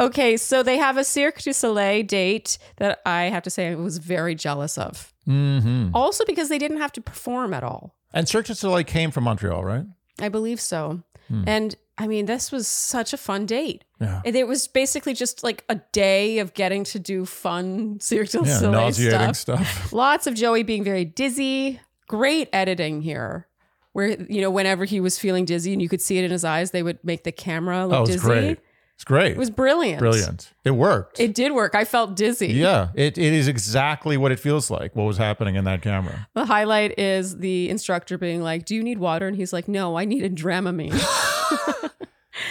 Okay, so they have a Cirque du Soleil date that I have to say I was very jealous of. hmm Also because they didn't have to perform at all. And Cirque du Soleil came from Montreal, right? I believe so. Hmm. And I mean, this was such a fun date. Yeah. And It was basically just like a day of getting to do fun Cirque du Yeah, Soleil nauseating stuff. stuff. Lots of Joey being very dizzy. Great editing here. Where, you know, whenever he was feeling dizzy and you could see it in his eyes, they would make the camera look Oh, it's dizzy. great. It's great. It was brilliant. brilliant. It worked. It did work. I felt dizzy. yeah, it, it is exactly what it feels like. What was happening in that camera? The highlight is the instructor being like, Do you need water? And he's like, No, I need a Dramamine.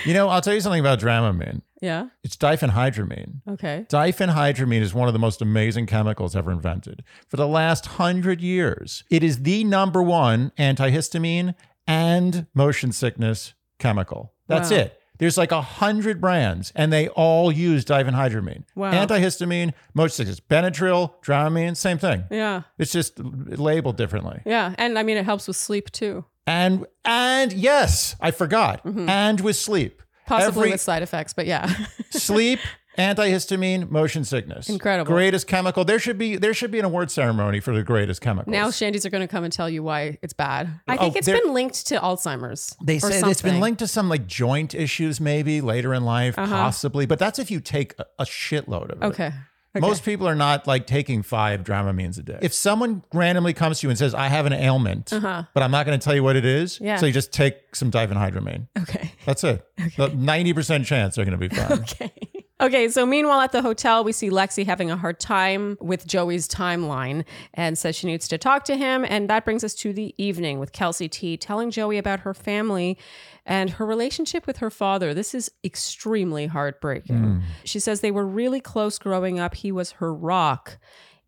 You know, I'll tell you something about Dramamine. yeah. It's diphenhydramine. Okay. Diphenhydramine is one of the most amazing chemicals ever invented. For the last hundred years, it is the number one antihistamine and motion sickness chemical. That's Wow. it. There's like a hundred brands, and they all use diphenhydramine. Wow. Antihistamine, motion sickness, Benadryl, Dramamine, same thing. Yeah. It's just labeled differently. Yeah. And I mean, it helps with sleep too, And and yes, I forgot. And with sleep, possibly Every- Mm-hmm. with side effects, but yeah. sleep antihistamine motion sickness Incredible. greatest chemical there should be there should be an award ceremony for the greatest chemicals now Shandy's are going to come and tell you why it's bad. I think Oh, it's they're- been linked to Alzheimer's. they or say it's been something. Uh-huh. linked to some like joint issues maybe later in life possibly but that's if you take a, a shitload of it Okay. okay. Most people are not like taking five Dramamines a day. If someone randomly comes to you and says, "I have an ailment, but I'm not going to tell you what it is," Uh-huh. Yeah. so you just take some diphenhydramine. Okay. That's it. Ninety percent chance they're going to be fine. Okay. Okay, so meanwhile at the hotel, we see Lexi having a hard time with Joey's timeline and says she needs to talk to him. And that brings us to the evening with Kelsey T telling Joey about her family and her relationship with her father. This is extremely heartbreaking. She says they were really close growing up, he was her rock.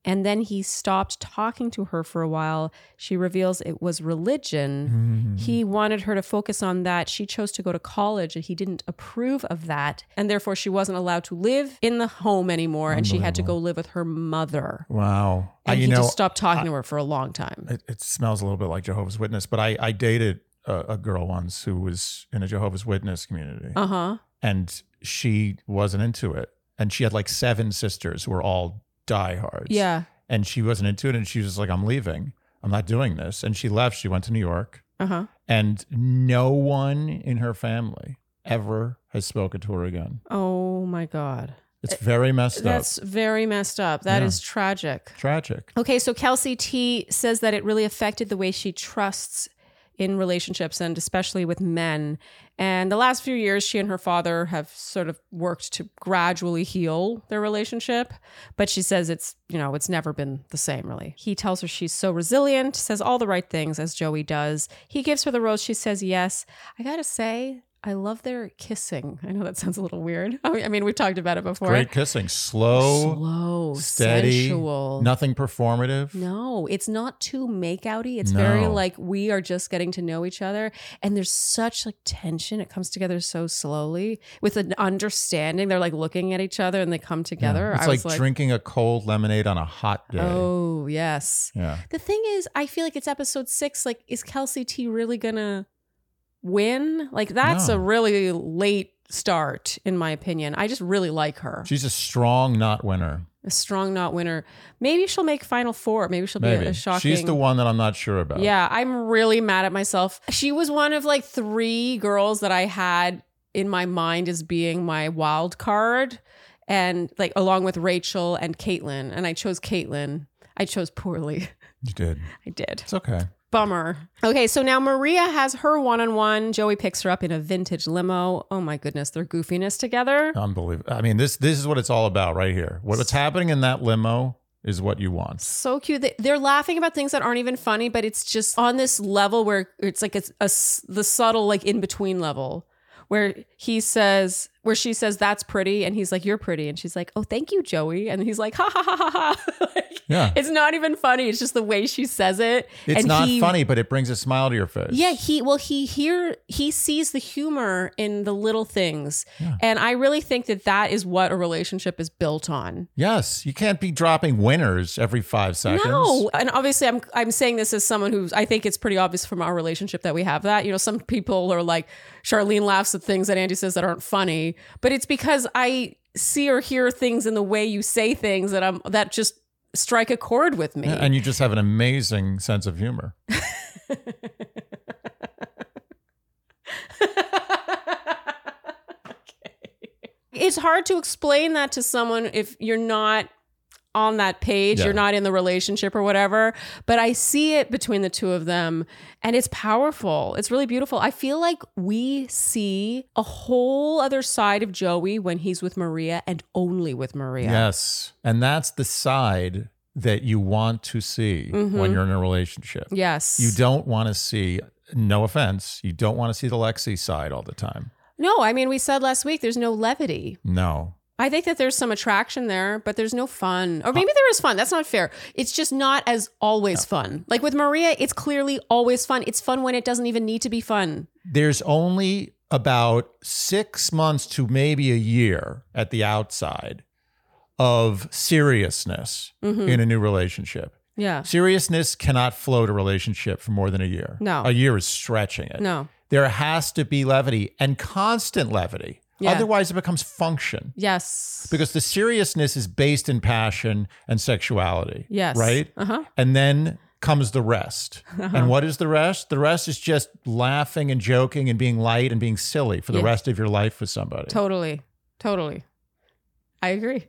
And then he stopped talking to her for a while. She reveals it was Mm-hmm. religion. He wanted her to focus on that. She chose to go to college and he didn't approve of that. And therefore, she wasn't allowed to live in the home anymore. And she had to go live with her mother. Wow. I- And you he know, just stopped talking to her for a long time. it, it smells a little bit like Jehovah's Witness, but I, I dated a, a girl once who was in a Jehovah's Witness community Uh huh. and she wasn't into it. And she had like seven sisters who were all diehards. Yeah. And she wasn't into it. And she was just like, I'm leaving. I'm not doing this. And she left. She went to New York. Uh huh. And no one in her family ever has spoken to her again. Oh my God. It's very messed Eh, That's very messed up. That is Yeah. tragic. up. Tragic. Okay, so Kelsey T says that it really affected the way she trusts in relationships and especially with men. And the last few years, she and her father have sort of worked to gradually heal their relationship. But she says it's, you know, it's never been the same, really. He tells her she's so resilient, says all the right things, as Joey does. He gives her the rose. She says yes. I gotta say, I love their kissing. I know that sounds a little weird. I mean, we've talked about it before. Great kissing. Slow, Slow, steady, sensual. nothing performative. No, it's not too makeouty. It's very No. like we are just getting to know each other, and there's such like tension. It comes together so slowly with an understanding. They're like looking at each other, and they come Yeah. together. It's I like, was like, drinking a cold lemonade on a hot day. oh yes. Yeah. The thing is, I feel like it's episode six. Like, is Kelsey T really gonna win? Like, that's No. a really late start, in my opinion. I just really like her. She's a strong not winner. a strong not winner. Maybe she'll make final four. Maybe she'll be Maybe. a, a shocking. She's the one that I'm not sure about. Yeah, I'm really mad at myself. She was one of like three girls that I had in my mind as being my wild card, and like along with Rachel and Caitlin. And I chose Caitlin. I chose poorly. You did. I did. It's okay. Bummer. Okay, so now Maria has her one on one. Joey picks her up in a vintage limo. Oh my goodness, their goofiness together. Unbelievable. I mean, this this is what it's all about right here. What- What's happening in that limo is what you want. So cute. They- They're laughing about things that aren't even funny, but it's just on this level where it's like it's a s the subtle, like in between level where he says, where she says, that's pretty. And he's like, you're pretty. And she's like, oh, thank you, Joey. And he's like, ha ha ha ha ha. Like, Yeah. It's not even funny. It's just the way she says it. It's and not he- funny, but it brings a smile to your face. Yeah, he well he here he sees the humor in the little things. Yeah. And I really think that that is what a relationship is built on. Yes, you can't be dropping winners every five seconds. No, and obviously I'm I'm saying this as someone who's I think it's pretty obvious from our relationship that we have that. You know, some people are like Charlene laughs at things that Andy says that aren't funny, but it's because I see or hear things in the way you say things that I'm that just strike a chord with me. Yeah, And you just have an amazing sense of humor. It's hard to explain that to someone if you're not on that page, Yeah. you're not in the relationship or whatever. But I see it between the two of them and it's powerful. It's really beautiful. I feel like we see a whole other side of Joey when he's with Maria and only with Maria. Yes. And that's the side that you want to see Mm-hmm. when you're in a relationship. Yes. You don't want to see, no offense, you don't want to see the Lexi side all the time. no, I mean, we said last week there's no levity. No. I think that there's some attraction there, but there's no fun. Or maybe there is fun. That's not fair. It's just not as always fun. Like with Maria, it's clearly always fun. It's fun when it doesn't even need to be fun. There's only about six months to maybe a year at the outside of seriousness Mhm. in a new relationship. Yeah. Seriousness cannot float a relationship for more than a year. No. A year is stretching it. No. There has to be levity and constant levity. Yeah. Otherwise, it becomes function Yes. because the seriousness is based in passion and sexuality. yes. Right? Uh huh. And then comes the rest. And what is the rest? The rest is just laughing and joking and being light and being silly for the Yeah. rest of your life with somebody. Totally. Totally. I agree.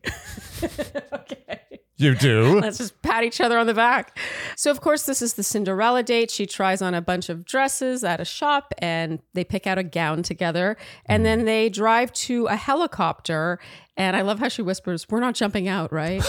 okay. you do. Let's just pat each other on the back. So, of course, this is the Cinderella date. She tries on a bunch of dresses at a shop and they pick out a gown together. And then they drive to a helicopter. And I love how she whispers, We're not jumping out, right?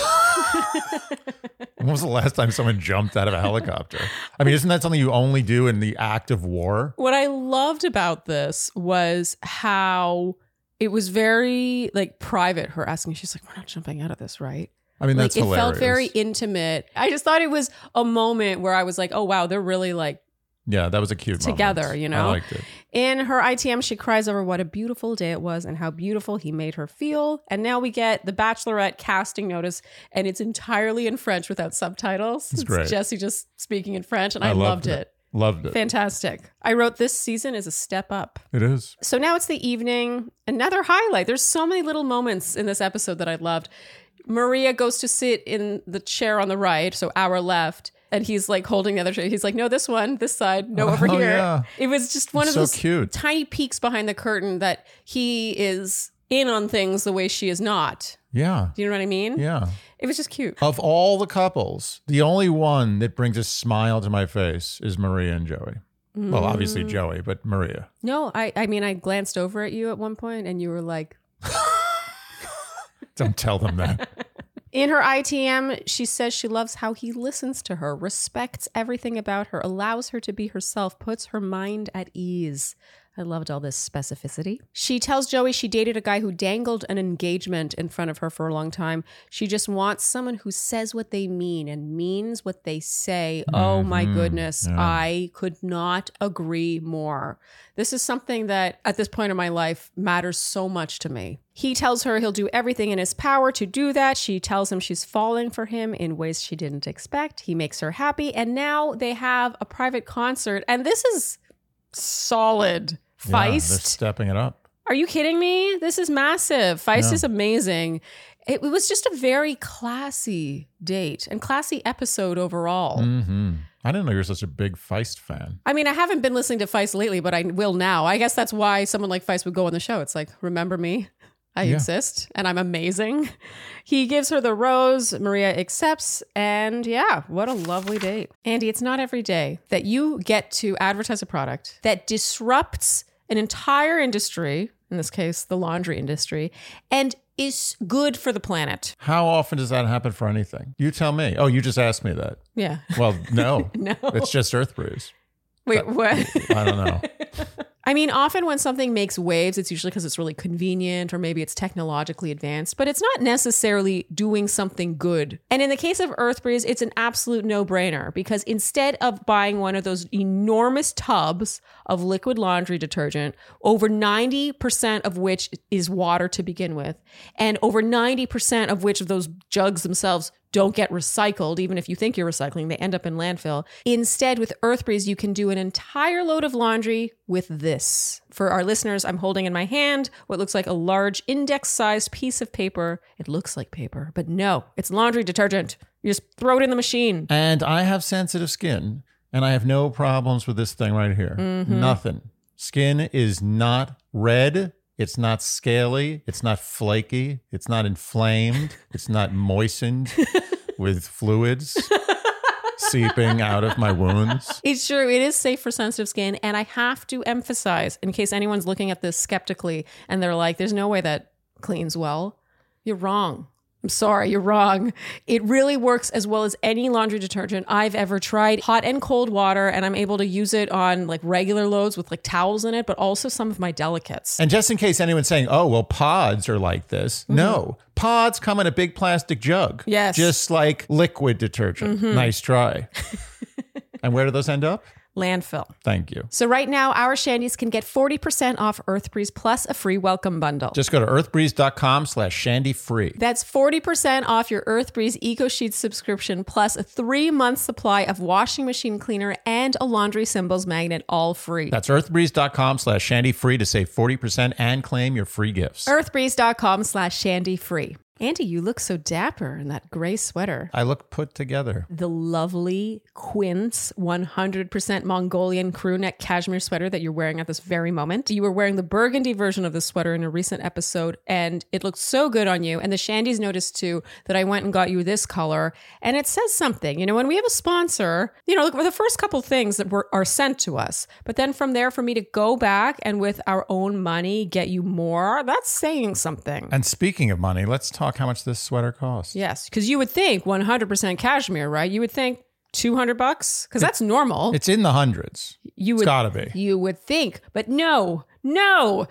when was the last time someone jumped out of a helicopter? I mean, isn't that something you only do in the act of war? what I loved about this was how it was very like private, her asking. She's like, We're not jumping out of this, right? I mean, like that's it hilarious. felt very e- intimate. I just thought it was a moment where I was like, Oh, wow, they're really like, Yeah, that was a cute moment. Together, you I know? liked it. In her ITM, she cries over what a beautiful day it was and how beautiful he made her feel. And now we get the Bachelorette casting notice, and it's entirely in French without subtitles. It's, great. Jesse just speaking in French, and I I, loved loved, it. it. Loved it. Fantastic. I wrote this season is a step up. It is. So now it's the evening. Another highlight. There's so many little moments in this episode that I loved. Maria goes to sit in the chair on the right, so our left, and he's like holding the other chair. He's like, no, this one, this side, no, over Oh, here. yeah. It was just one It's of so those cute. tiny peeks behind the curtain that he is in on things the way she is not. Yeah. Do you know what I mean? Yeah. It was just cute. Of all the couples, the only one that brings a smile to my face is Maria and Joey. Well, Mm. obviously Joey, but Maria. No, I, I mean, I glanced over at you at one point and you were like, Don't tell them that. In her ITM, she says she loves how he listens to her, respects everything about her, allows her to be herself, puts her mind at ease. I loved all this specificity. She tells Joey she dated a guy who dangled an engagement in front of her for a long time. She just wants someone who says what they mean and means what they say. Oh my Mhm. goodness, Yeah. I could not agree more. This is something that at this point in my life matters so much to me. He tells her he'll do everything in his power to do that. She tells him she's falling for him in ways she didn't expect. He makes her happy. And now they have a private concert. And this is solid. Yeah, they're Feist. stepping it up. Are you kidding me? This is massive. Feist Yeah. is amazing. It was just a very classy date and classy episode overall. hmm I didn't know you were such a big Feist fan. I mean, I haven't been listening to Feist lately, but I will now. I guess that's why someone like Feist would go on the show. It's like, remember me? I Yeah. insist, and I'm amazing. He gives her the rose, Maria accepts, and yeah, what a lovely date. Andy, it's not every day that you get to advertise a product that disrupts an entire industry, in this case, the laundry industry, and is good for the planet. How often does that happen for anything? You tell me. Oh, you just asked me that. Yeah. Well, no. No. It's just Earth Brews. Wait, what? I don't know. I mean, often when something makes waves, it's usually because it's really convenient or maybe it's technologically advanced, but it's not necessarily doing something good. And in the case of Earth Breeze, it's an absolute no brainer because instead of buying one of those enormous tubs of liquid laundry detergent, over 90% of which is water to begin with, and over 90% of which of those jugs themselves don't get recycled, even if you think you're recycling, they end up in landfill. Instead, with Earth Breeze, you can do an entire load of laundry with this. For our listeners, I'm holding in my hand what looks like a large index sized piece of paper. It looks like paper, but no, it's laundry detergent. You just throw it in the machine. And I have sensitive skin, and I have no problems with this thing right here. Nothing. Skin is not red. It's not scaly. It's not flaky. It's not inflamed. It's not moistened with fluids seeping out of my wounds. It's true. It is safe for sensitive skin. And I have to emphasize, in case anyone's looking at this skeptically and they're like, there's no way that cleans well, you're wrong. I'm sorry, you're wrong. It really works as well as any laundry detergent I've ever tried. Hot and cold water, and I'm able to use it on like regular loads with like towels in it, but also some of my delicates. And just in case anyone's saying, oh, well, pods are like this, no. Pods come in a big plastic jug. Yes. Just like liquid detergent. Nice try. and where do those end up? Landfill. Thank you. So right now, our shandies can get 40% off Earth Breeze plus a free welcome bundle. Just go to earthbreeze.com slash shandy free. That's 40% off your EarthBreeze EcoSheet subscription plus a three-month supply of washing machine cleaner and a laundry symbols magnet all free. That's earthbreeze.com slash shandy free to save 40% and claim your free gifts. Earthbreeze.com slash shandy free. Andy, you look so dapper in that gray sweater. I look put together. The lovely Quince 100% Mongolian crew neck cashmere sweater that you're wearing at this very moment. You were wearing the burgundy version of this sweater in a recent episode, and it looked so good on you. And the Shandies noticed too that I went and got you this color, and it says something. You know, when we have a sponsor, you know, look, the first couple things that were are sent to us, but then from there, for me to go back and with our own money get you more, that's saying something. And speaking of money, let's talk how much this sweater costs. Yes, because you would think 100% cashmere, right? You would think 200 bucks because that's normal. It's in the hundreds. you It's would gotta be. you would think, but no, no,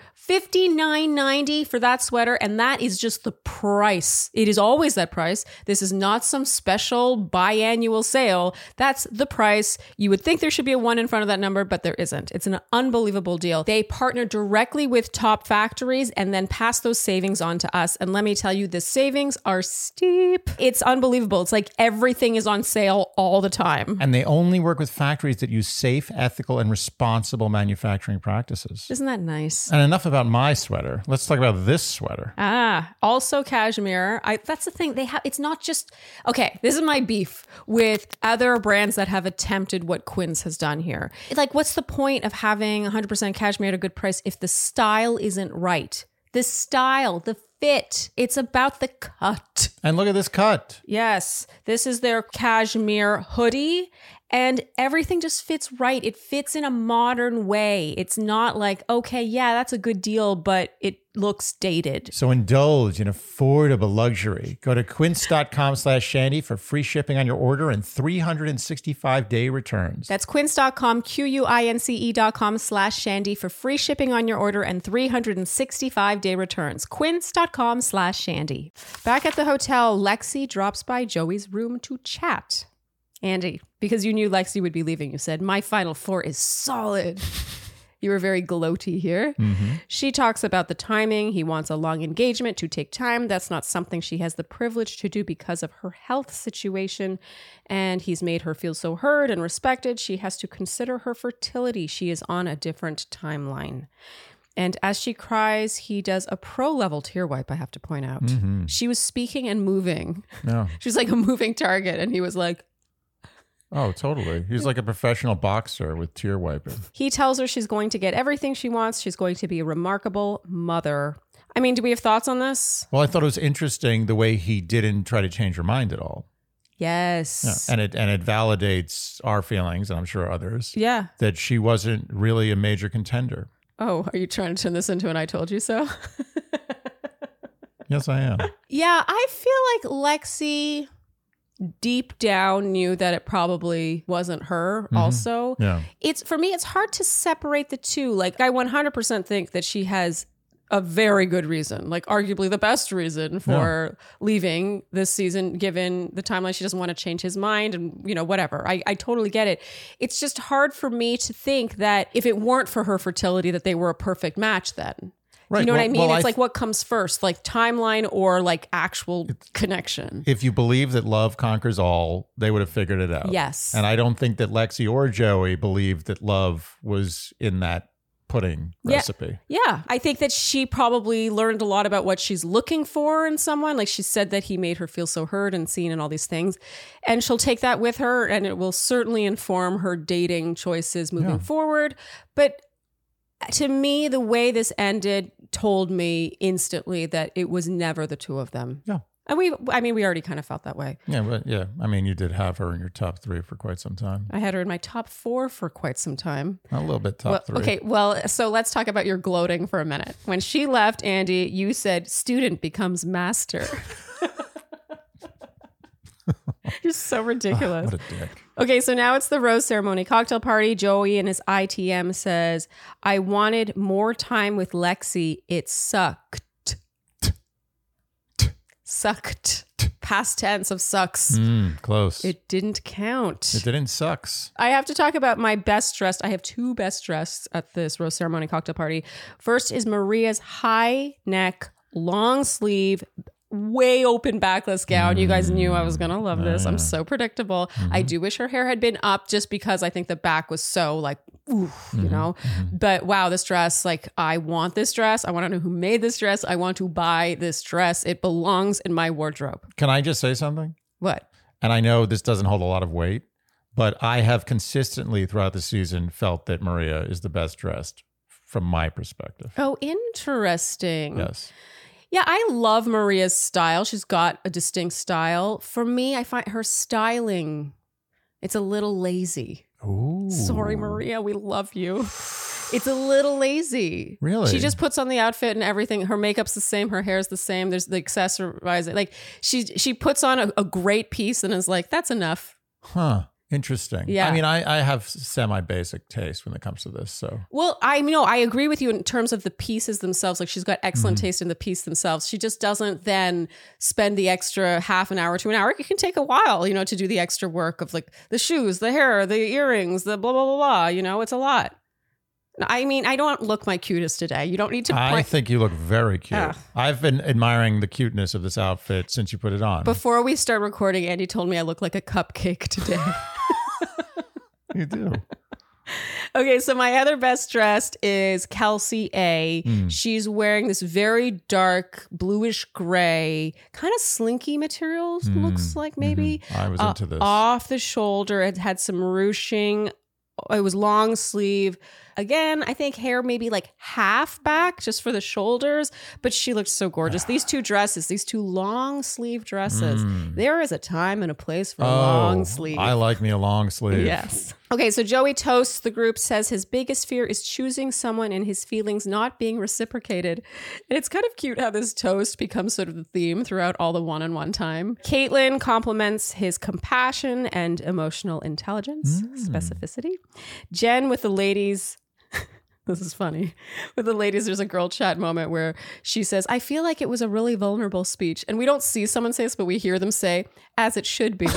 59.90 for that sweater, and that is just the price. It is always that price. This is not some special biannual sale. That's the price. You would think there should be a one in front of that number, but there isn't. It's an unbelievable deal. They partner directly with top factories and then pass those savings on to us. And let me tell you, the savings are steep. It's unbelievable. It's like everything is on sale all the time. And they only work with factories that use safe, ethical, and responsible manufacturing practices. Isn't that nice? And enough about my sweater. Let's talk about this sweater. Ah, also cashmere. I that's the thing. They have it's not just okay, this is my beef with other brands that have attempted what Quince has done here. It's like what's the point of having 100% cashmere at a good price if the style isn't right? The style, the fit. It's about the cut. And look at this cut. Yes, this is their cashmere hoodie, and everything just fits right. It fits in a modern way. It's not like, okay, yeah, that's a good deal, but it looks dated. So indulge in affordable luxury. Go to quince.com slash shandy for free shipping on your order and 365 day returns. That's quince.com, Q U I N C E.com slash shandy for free shipping on your order and 365 day returns. Quince.com slash shandy. Back at the hotel, Lexi drops by Joey's room to chat. Andy, because you knew Lexi would be leaving, you said, My final four is solid. You were very gloaty here. Mm-hmm. She talks about the timing. He wants a long engagement to take time. That's not something she has the privilege to do because of her health situation. And he's made her feel so heard and respected. She has to consider her fertility. She is on a different timeline. And as she cries, he does a pro level tear wipe, I have to point out. Mm-hmm. She was speaking and moving. No. She was like a moving target. And he was like, Oh, totally. He's like a professional boxer with tear wiping. He tells her she's going to get everything she wants. She's going to be a remarkable mother. I mean, do we have thoughts on this? Well, I thought it was interesting the way he didn't try to change her mind at all. Yeah. Yes. And it and it validates our feelings and I'm sure others yeah. that she wasn't really a major contender. Oh, are you trying to turn this into an I told you so? Yes, I am. yeah, I feel like Lexi deep down knew that it probably wasn't her Mhm. also. Yeah. It's for me it's hard to separate the two. Like I 100% think that she has a very good reason, like arguably the best reason for leaving this season given the timeline she doesn't want to change his mind and you know whatever. I I totally get it. It's just hard for me to think that if it weren't for her fertility that they were a perfect match then. Right. you know what Well- I mean? well, it's like what comes first, like timeline or like actual connection. if you believe that love conquers all, they would have figured it out. yes. And I don't think that Lexi or Joey believed that love was in that pudding Yeah. recipe. yeah. I think that she probably learned a lot about what she's looking for in someone. Like she said that he made her feel so heard and seen and all these things. And she'll take that with her and it will certainly inform her dating choices moving Yeah. forward. But to me, the way this ended told me instantly that it was never the two of them. Yeah. And we, I mean, we already kind of felt that way. Yeah, but yeah, I mean, you did have her in your top three for quite some time. I had her in my top four for quite some time. A little bit top Well, three. Uh, Okay, well, so let's talk about your gloating for a minute. When she left, Andy, you said student becomes master. You're so ridiculous. Ah, What a dick. Okay, so now it's the rose ceremony cocktail party. Joey in his ITM says, I wanted more time with Lexi. It sucked. Sucked. Past tense of sucks. Mm, close. It, It didn't count. didn't sucks. I have to talk about my best dressed. I have two best dressed at this rose ceremony cocktail party. First is Maria's high neck, long sleeve, way open backless gown. You guys knew I was going to love this. I'm so predictable. I do wish her hair had been up just because I think the back was so like, ooh, Mm-hmm. you know. But wow, this dress, like, I want this dress. I want to know who made this dress. I want to buy this dress. It belongs in my wardrobe. Can I just say something? What? And I know this doesn't hold a lot of weight, but I have consistently throughout the season felt that Maria is the best dressed from my perspective. Oh, interesting. Yes. Yeah, I love Maria's style. She's got a distinct style. For me, I find her styling it's a little lazy. Ooh. Sorry, Maria, we love you. It's a little lazy. Really? She just puts on the outfit and everything. Her makeup's the same. Her hair's the same. There's the accessorizing. Like she she puts on a, a great piece and is like, that's enough. Huh. Interesting. Yeah. I mean, I, I have semi basic taste when it comes to this. So Well, I know I agree with you in terms of the pieces themselves. Like she's got excellent taste in the piece themselves. She just doesn't then spend the extra half an hour to an hour. It can take a while, you know, to do the extra work of like the shoes, the hair, the earrings, the blah blah blah blah. You know, it's a lot. I mean, I don't look my cutest today. You don't need to I point. think you look very cute. Ah. I've been admiring the cuteness of this outfit since you put it on. Before we start recording, Andy told me I look like a cupcake today. you do. Okay, so my other best dressed is Kelsey A. She's wearing this very dark bluish gray, kind of slinky material, looks like maybe. Mhm. I was Uh, into this. Off the shoulder, it had some ruching. It was long sleeve. Again, I think hair maybe like half back just for the shoulders, but she looked so gorgeous. These two dresses, these two long sleeve dresses. There is a time and a place for long sleeve. Hmm. Mm. Oh, I like me a long sleeve. Yes. Okay, so Joey toasts the group, says his biggest fear is choosing someone and his feelings not being reciprocated. And it's kind of cute how this toast becomes sort of the theme throughout all the one on one time. Caitlin compliments his compassion and emotional intelligence, specificity. Jen with the ladies. This is funny. With the ladies, there's a girl chat moment where she says, I feel like it was a really vulnerable speech. And we don't see someone say this, but we hear them say, as it should be.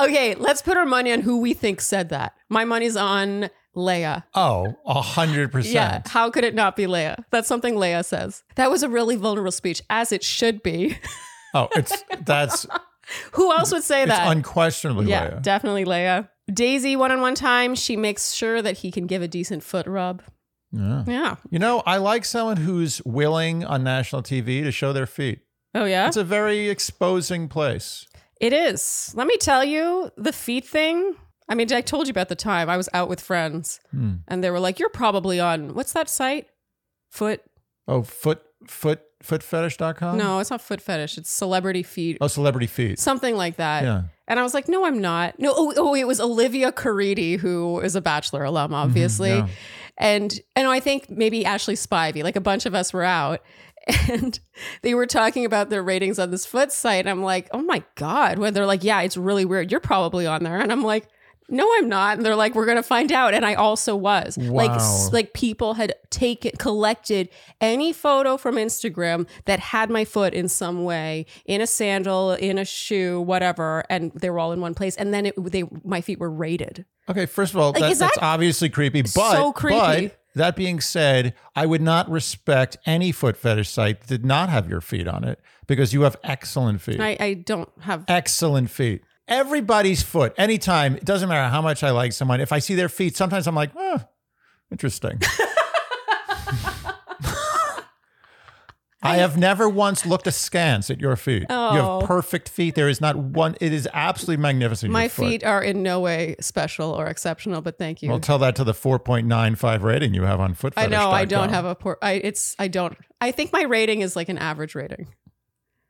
Okay, let's put our money on who we think said that. My money's on Leia. oh, a hundred Yeah, percent. how could it not be Leia? That's something Leia says. That was a really vulnerable speech, as it should be. Oh, it's that's it's who else would say that? unquestionably yeah, Leia. definitely Leia. Daisy, one on one time, she makes sure that he can give a decent foot rub. Yeah. Yeah. You know, I like someone who's willing on national TV to show their feet. Oh, yeah? It's a very exposing place. It is. Let me tell you, the feet thing, I mean, I told you about the time I was out with friends Hmm. and they were like, You're probably on what's that site? Foot. Oh, foot foot footfetish.com? no, it's not foot fetish. It's celebrity feet. Oh, celebrity feet. Something like that. Yeah. And I was like, no, I'm not. No, oh, oh it was Olivia Caridi, who is a Bachelor alum, obviously. Mm-hmm. yeah. And and I think maybe Ashley Spivey, like a bunch of us were out. And they were talking about their ratings on this foot site. And I'm like, oh my God. When they're like, yeah, it's really weird. You're probably on there. And I'm like, no, I'm not. And they're like, we're gonna find out. And I also was. Like Wow. s- like people had taken collected any photo from Instagram that had my foot in some way, in a sandal, in a shoe, whatever, and they were all in one place. And then it, they my feet were rated. Okay, first of all, Like, that, is that that's obviously creepy, but, so creepy? but that being said, I would not respect any foot fetish site that did not have your feet on it because you have excellent feet. I, I don't have excellent feet. Everybody's foot, anytime, it doesn't matter how much I like someone, if I see their feet, sometimes I'm like, oh, interesting. I have never once looked askance at your feet. You Oh. have perfect feet. There is not one, it is absolutely magnificent. my your foot. feet are in no way special or exceptional, but thank you. Well, tell that to the 4.95 rating you have on foot I know I don't have a poor I it's I don't I think my rating is like an average rating.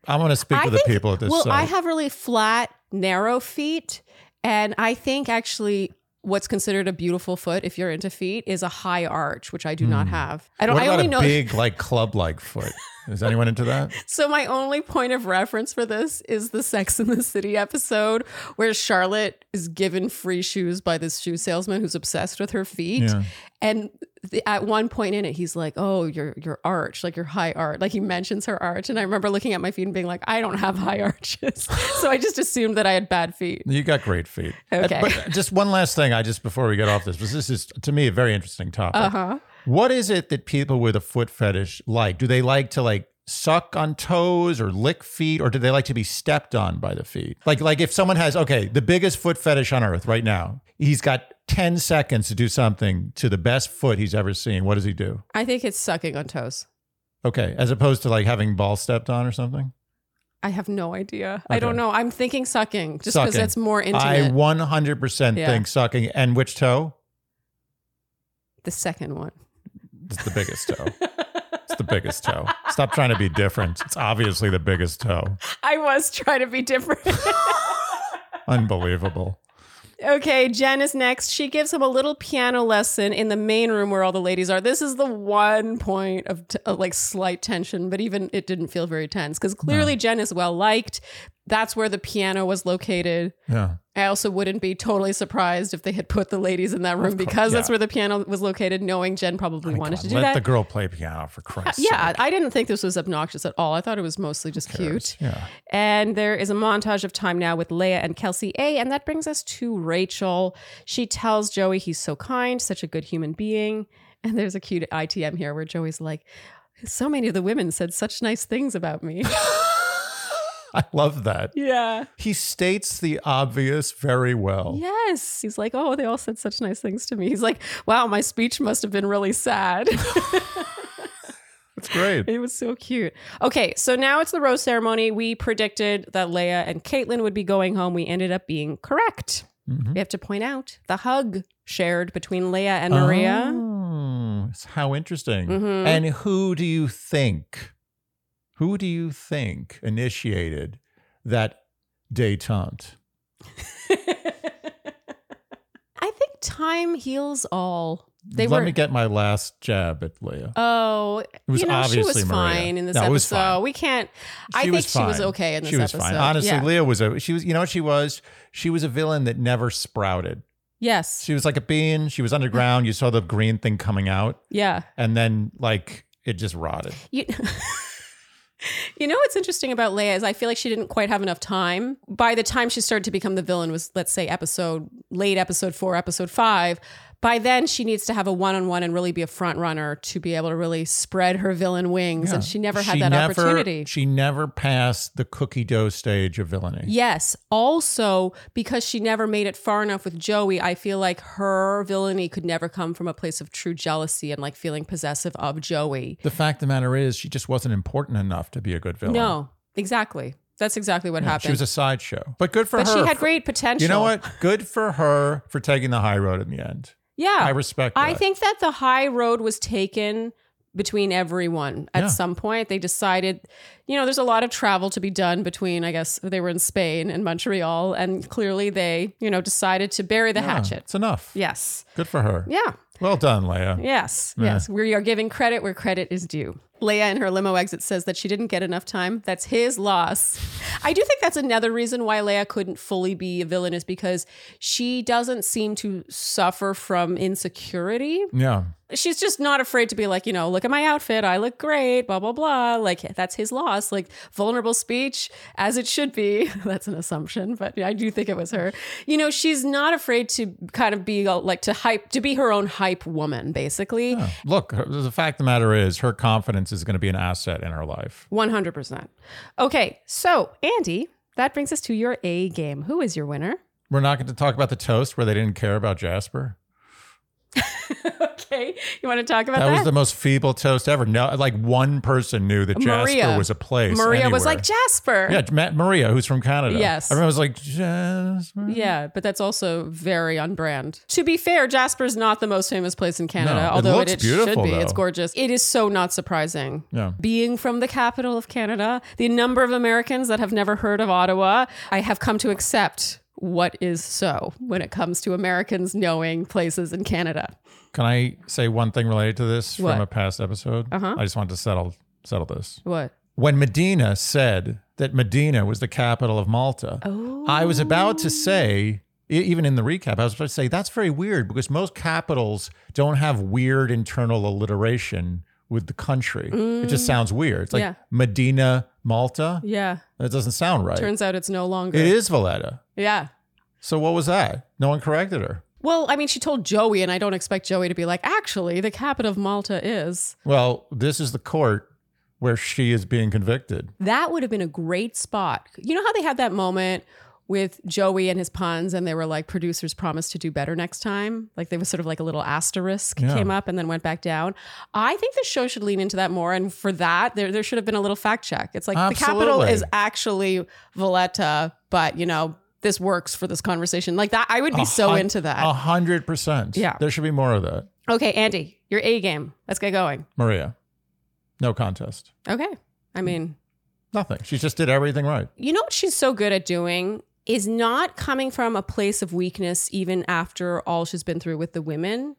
I'm going to speak I to the think- people at this well, site. I have really flat, narrow feet, and I think actually what's considered a beautiful foot, if you're into feet, is a high arch, which I do not have. I don't. Hmm. what I about only a know. big, like club-like foot? Is anyone into that? so my only point of reference for this is the Sex in the City episode where Charlotte is given free shoes by this shoe salesman who's obsessed with her feet, Yeah. and. The, at one point in it, he's like, "Oh, your your arch, like your high arch." Like he mentions her arch, and I remember looking at my feet and being like, "I don't have high arches," so I just assumed that I had bad feet. You got great feet. Okay. But just one last thing, I just before we get off this, because this is to me a very interesting topic. Uh huh. What is it that people with a foot fetish like? Do they like to like suck on toes or lick feet, or do they like to be stepped on by the feet? Like, like if someone has okay, the biggest foot fetish on earth right now, he's got ten seconds to do something to the best foot he's ever seen. What does he do? I think it's sucking on toes. Okay, as opposed to like having ball stepped on or something. I have no idea. I Okay. don't know. I'm thinking sucking just because Sucking. that's more I intimate. one hundred percent Yeah. think sucking and which toe? the second one. It's the biggest toe. It's the biggest toe. Stop trying to be different. It's obviously the biggest toe. I was trying to be different. Unbelievable. okay, Jen is next. She gives him a little piano lesson in the main room where all the ladies are. This is the one point of t- uh, like slight tension, but even it didn't feel very tense because clearly Jen is well liked. That's where the piano was located. Yeah. I also wouldn't be totally surprised if they had put the ladies in that room because that's yeah. where the piano was located, knowing Jen probably wanted to do Let that. the girl play piano for Christ's Yeah, I didn't think this was obnoxious at all. I thought it was mostly just cute. sake. Yeah. And there is a montage of time now with Leia and Kelsey A, and that brings us to Rachel. She tells Joey he's so kind, such a good human being. And there's a cute ITM here where Joey's like, so many of the women said such nice things about me. I love that. yeah. He states the obvious very well. Yes. He's like, oh, they all said such nice things to me. He's like, wow, my speech must have been really sad. It's great. It was so cute. Okay, so now it's the rose ceremony. We predicted that Leia and Caitlin would be going home. We ended up being correct. Mhm. We have to point out the hug shared between Leia and Maria. Oh, it's how interesting. Mhm. And who do you think? Who do you think initiated that detente? I think time heals all. They Let were. me get my last jab at Leah. oh, was you know, she obviously was Maria. fine in this No, it was episode. fine. We can't. I She think she was fine. okay in this she was episode. Fine. Honestly, Yeah. Leah was a she was you know what she was? She was a villain that never sprouted. yes. She was like a bean, she was underground, you saw the green thing coming out, Yeah. and then like it just rotted. You, you know what's interesting about Leia is I feel like she didn't quite have enough time. By the time she started to become the villain was let's say episode late episode 4 episode 5, by then she needs to have a one-on-one and really be a front runner to be able to really spread her villain wings and Yeah. she never had She that never- opportunity. She never passed the cookie dough stage of villainy. Yes. Also, because she never made it far enough with Joey, I feel like her villainy could never come from a place of true jealousy and like feeling possessive of Joey. The fact of the matter is she just wasn't important enough to be a good villain. No, exactly. That's exactly what happened. She was a sideshow, but good for but her. she had great potential. you know what? Good for her for taking the high road in the end. I Yeah. respect. I, that. think that the high road was taken between everyone at Yeah. some point. They decided, you know, there's a lot of travel to be done between, I guess, they were in Spain and Montreal, and clearly they, you know, decided to bury the Yeah, hatchet. It's enough. Yes. Good for her. Yeah. Well done, Leia. Yes, Yeah. yes. We are giving credit where credit is due. Leia in her limo exit says that she didn't get enough time. That's his loss. I do think that's another reason why Leia couldn't fully be a villain is because she doesn't seem to suffer from insecurity. Yeah. She's just not afraid to be like, you know, look at my outfit. I look great, blah, blah, blah. Like, that's his loss. Like, vulnerable speech, as it should be. that's an assumption, but I do think it was her. You know, she's not afraid to kind of be uh, like to hype, to be her own hype woman, basically. Yeah. Oh. Look, her- the fact of the matter is, her confidence is going to be an asset in her life. 100%. Okay, so Andy, that brings us to your A game. Who is your winner? We're not going to talk about the toast where they didn't care about Jasper. okay, you want to talk about That that? was the most feeble toast ever. No, like one person knew that Maria. Jasper was a place. Maria was anywhere. like, Jasper. yeah, Ma- Maria, who's from Canada. Yes. everyone was like Jasper. Yeah, but that's also very on brand. Mm-hmm. To be fair, Jasper's not the most famous place in Canada, No, it although looks it, should beautiful, be. though. It's gorgeous. It is so not surprising. Yeah. Being from the capital of Canada, the number of Americans that have never heard of Ottawa, I have come to accept what is so when it comes to Americans knowing places in Canada. Can I say one thing related to this What? from a past episode? Uh-huh. I just wanted to settle settle this. What? When Medina said that Medina was the capital of Malta, Oh. I was about to say, e- even in the recap, I was about to say that's very weird because most capitals don't have weird internal alliteration with the country. It just sounds weird. It's like Mm. Yeah. Medina, Malta. Yeah. That doesn't sound right. Turns out it's no longer. it is Valletta. Yeah. So what was that? No one corrected her. Well, I mean, she told Joey, and I don't expect Joey to be like, actually, the capital of Malta is. Well, this is the court where she is being convicted. That would have been a great spot. You know how they had that moment with Joey and his puns, and they were like, producers promised to do better next time? Like, they was sort of like a little asterisk Yeah. came up and then went back down. I think the show should lean into that more. And for that, there, there should have been a little fact check. It's like the capital Absolutely. is actually Valletta, but you know, this works for this conversation. Like, that, I would be A so hun- into that. A hundred percent. Yeah. There should be more of that. Okay, Andy, your A game. Let's get going. Maria. No contest. Okay. I mean, Nothing. She just did everything right. you know what she's so good at doing is not coming from a place of weakness even after all she's been through with the women.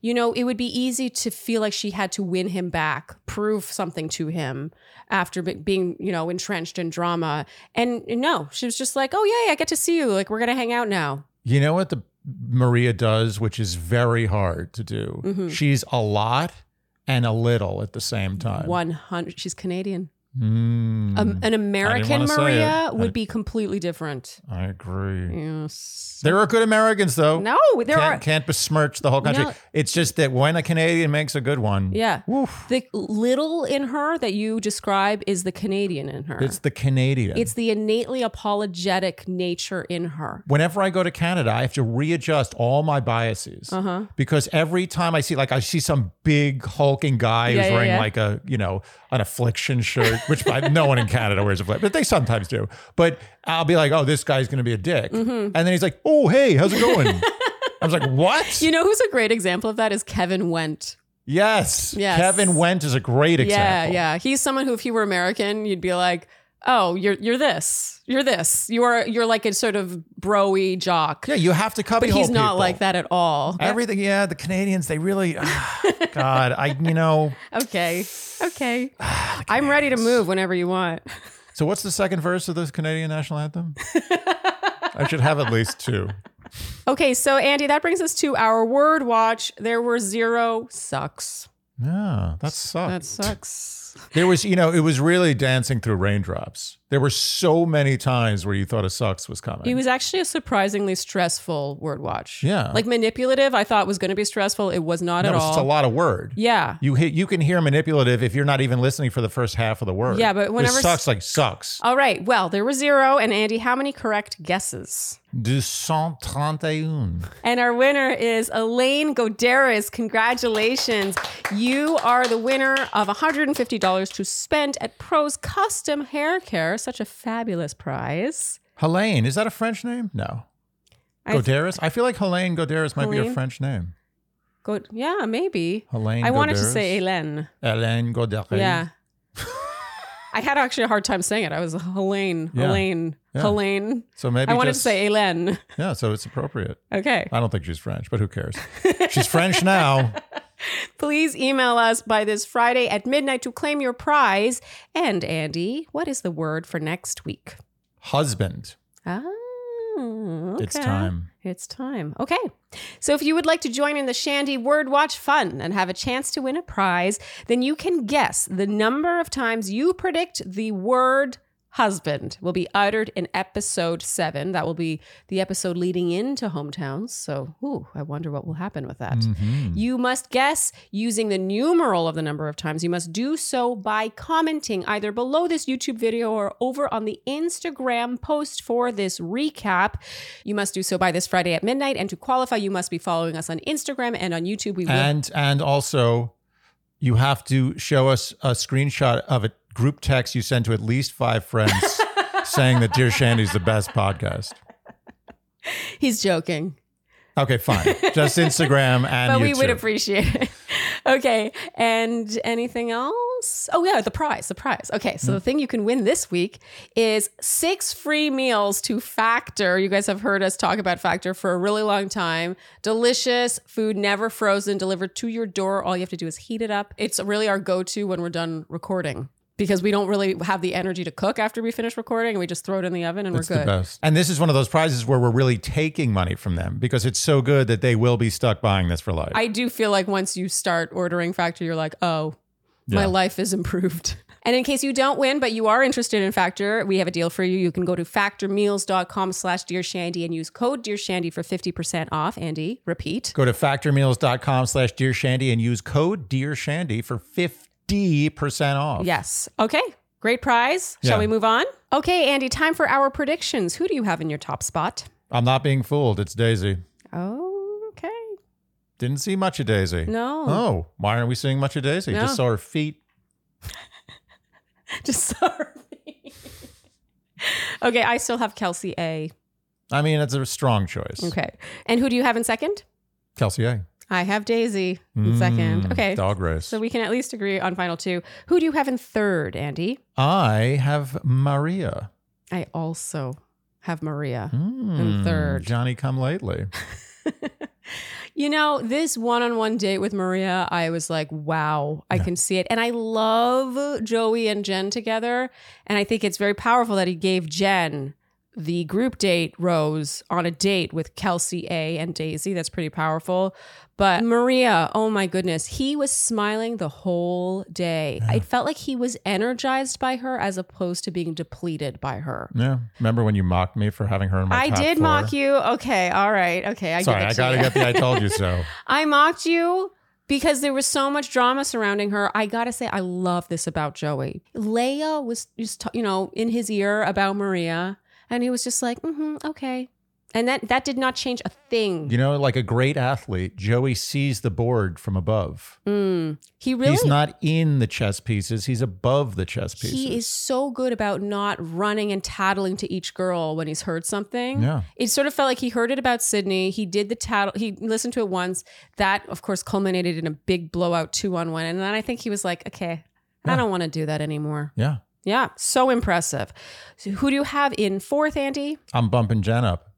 You know, it would be easy to feel like she had to win him back, prove something to him after be- being, you know, entrenched in drama. And no, she was just like, "Oh yeah, I get to see you. Like we're going to hang out now." You know what the Maria does, which is very hard to do. Mhm. She's a lot and a little at the same time. 100 she's Canadian. Mm, Um, an American wanna say Maria it. I- would be completely different. I agree. Yes. There are good Americans though. No, there can't, are can't besmirch the whole country. No. It's just that when a Canadian makes a good one, Yeah. woof, The little in her that you describe is the Canadian in her. it's the Canadian. It's the innately apologetic nature in her. whenever I go to Canada, I have to readjust all my biases Uh-huh. because every time I see, like, I see some big hulking guy Yeah, who's yeah, wearing yeah. like a, you know, an affliction shirt, which I, no one in Canada wears affliction, but they sometimes do. But I'll be like, oh, this guy's going to be a dick, Mm-hmm. and then he's like, oh, hey, how's it going? I was like, what? You know who's a great example of that is Kevin Wendt. yes. Yes. Kevin Wendt is a great example. Yeah, yeah. He's someone who if he were American, you'd be like, "Oh, you're you're this. You're this. You are you're like a sort of broy jock." Yeah, you have to but cubbyhole he's not people. like that at all. Everything, yeah. The Canadians, they really, ah, God, I, you know. Okay. Okay. Ah, I'm ready to move whenever you want. So what's the second verse of the Canadian national anthem? I should have at least two. Okay, so Andy, that brings us to our word watch. There were zero sucks. Yeah, that sucked. That sucks. there was, you know, it was really dancing through raindrops. There were so many times where you thought a sucks was coming. It was actually a surprisingly stressful word watch. Yeah. Like manipulative, I thought was going to be stressful. It was not that at was all. just a lot of word. Yeah. You hit, you can hear manipulative if you're not even listening for the first half of the word. Yeah, but It whenever- sucks like sucks. All right. Well, there were zero. And Andy, how many correct guesses? Du cent trente et un. And our winner is Elaine Goderis. Congratulations. You are the winner of $150 to spend at Pro's Custom Hair Care, such a fabulous prize. Helene, is that a French name? No. I th- Godaris? I feel like Helene Godaris might be a Helene? French name. Go, yeah, maybe. Helene I wanted to Godaris? say Hélène. Helene Godaris. Yeah. I had actually a hard time saying it. I was Helene, Yeah. Helene, Yeah. Helene. So maybe I wanted just- Uh. to say Hélène. Yeah, so it's appropriate. Okay. I don't think she's French, but who cares? She's French now. Please email us by this Friday at midnight to claim your prize. And Andy, what is the word for next week? Husband. Oh, It's okay. time. It's time. Okay. So if you would like to join in the Shandy Word Watch fun and have a chance to win a prize, then you can guess the number of times you predict the word husband will be uttered in episode 7. That will be the episode leading into hometowns. So, ooh, I wonder what will happen with that. Mhm. You must guess using the numeral of the number of times. You must do so by commenting either below this YouTube video or over on the Instagram post for this recap. You must do so by this Friday at midnight. And to qualify, you must be following us on Instagram and on YouTube. We will. And and also you have to show us a screenshot of a group text you sent to at least five friends saying that Dear Shandy's the best podcast. He's joking. Okay, fine. Just Instagram and but we YouTube. would appreciate it. okay. And anything else? Oh, yeah, the prize, the prize. Okay. Hmm. So the thing you can win this week is six free meals to Factor. You guys have heard us talk about Factor for a really long time. Delicious food, never frozen, delivered to your door. All you have to do is heat it up. It's really our go to when we're done recording. Because we don't really have the energy to cook after we finish recording, and we just throw it in the oven and It's we're the good. best. And this is one of those prizes where we're really taking money from them because it's so good that they will be stuck buying this for life. I do feel like once you start ordering Factor, you're like, oh, my Yeah. life is improved. And in case you don't win, but you are interested in Factor, we have a deal for you. You can go to factormeals.com slash Dear Shandy and use code Dear Shandy for 50% off. Andy, repeat. Go to factormeals.com slash Dear Shandy and use code Dear Shandy for 50% off. Yes. Okay. Great prize. Yeah. Shall we move on? Okay, Andy, time for our predictions. Who do you have in your top spot? I'm not being fooled. It's Daisy. Oh, okay. Didn't see much of Daisy. No. Oh, why aren't we seeing much of Daisy? No. Just saw her feet. Just sorry. okay, I still have Kelsey A. I mean, it's a strong choice. Okay. And who do you have in second? Kelsey A. I have Daisy in Mm, second. Okay. Dog race. So we can at least agree on final two. Who do you have in third, Andy? I have Maria. I also have Maria. Mm, third. Johnny come lately. You know, this one on one date with Maria, I was like, wow, I can see it. And I love Joey and Jen together. And I think it's very powerful that he gave Jen the group date rose on a date with Kelsey A and Daisy. That's pretty powerful. But Maria, oh my goodness, he was smiling the whole day. It felt like he was energized by her as opposed to being depleted by her. Yeah. Remember when you mocked me for having her in my I top did four? mock you. Okay, all right. Okay, I Sorry, give I it to gotta you. get the I told you so. I mocked you because there was so much drama surrounding her. I gotta say, I love this about Joey. Leia was just, ta- you know, in his ear about Maria, and he was just like, mm-hmm, okay. And that that did not change a thing. You know, like a great athlete, Joey sees the board from above. Mm. He really He's not in the chess pieces, he's above the chess pieces. he is so good about not running and tattling to each girl when he's heard something. Yeah. It sort of felt like he heard it about Sydney. He did the tattle. He listened to it once. That, of course, culminated in a big blowout two on one. And then I think he was like, okay, I Yeah. don't want to do that anymore. Yeah. Yeah, so impressive. So who do you have in fourth, Andy? I'm bumping Jen up.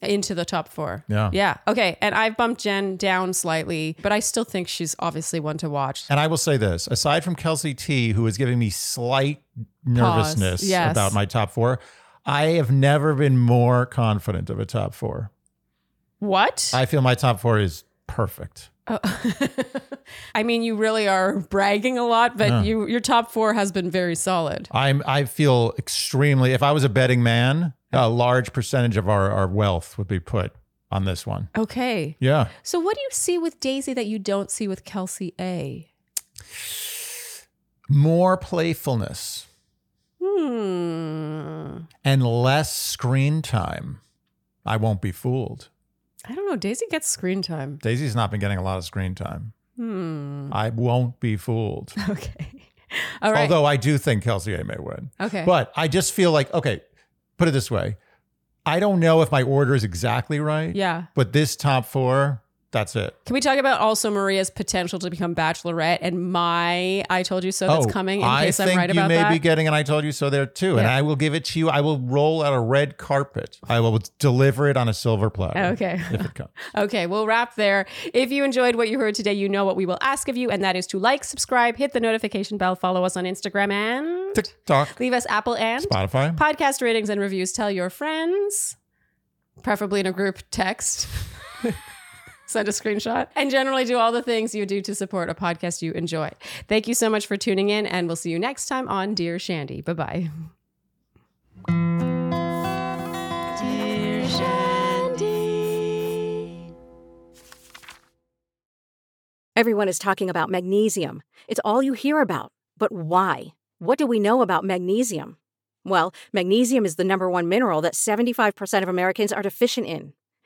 Into the top four. Yeah. Yeah. Okay. And I've bumped Jen down slightly, but I still think she's obviously one to watch. And I will say this aside from Kelsey T, who is giving me slight nervousness Yes. about my top four, I have never been more confident of a top four. What? I feel my top four is perfect. Oh. I mean, you really are bragging a lot, but Yeah. you, your top four has been very solid. I'm I feel extremely if I was a betting man, a large percentage of our, our wealth would be put on this one. Okay. Yeah. So, what do you see with Daisy that you don't see with Kelsey A? More playfulness Hmm. and less screen time. I won't be fooled. I don't know. Daisy gets screen time. Daisy's not been getting a lot of screen time. Hmm. I won't be fooled. Okay. All right. Although I do think Kelsey A may win. okay. But I just feel like, okay, put it this way. I don't know if my order is exactly right, yeah. but this top four, that's it. Can we talk about also Maria's potential to become bachelorette and my I told you so that's coming in Oh, I case think I'm right you about may that? be getting an I told you so there too. And Yeah. I will give it to you. I will roll out a red carpet. I will deliver it on a silver platter. okay. If it comes. Okay, we'll wrap there. If you enjoyed what you heard today, you know what we will ask of you, and that is to like, subscribe, hit the notification bell, follow us on Instagram, and TikTok, leave us Apple and Spotify. podcast ratings and reviews. Tell your friends, preferably in a group text. Send a screenshot and generally do all the things you do to support a podcast you enjoy. Thank you so much for tuning in, and we'll see you next time on Dear Shandy. Bye bye. Dear Shandy. Everyone is talking about magnesium. It's all you hear about. But why? What do we know about magnesium? Well, magnesium is the number one mineral that 75% of Americans are deficient in.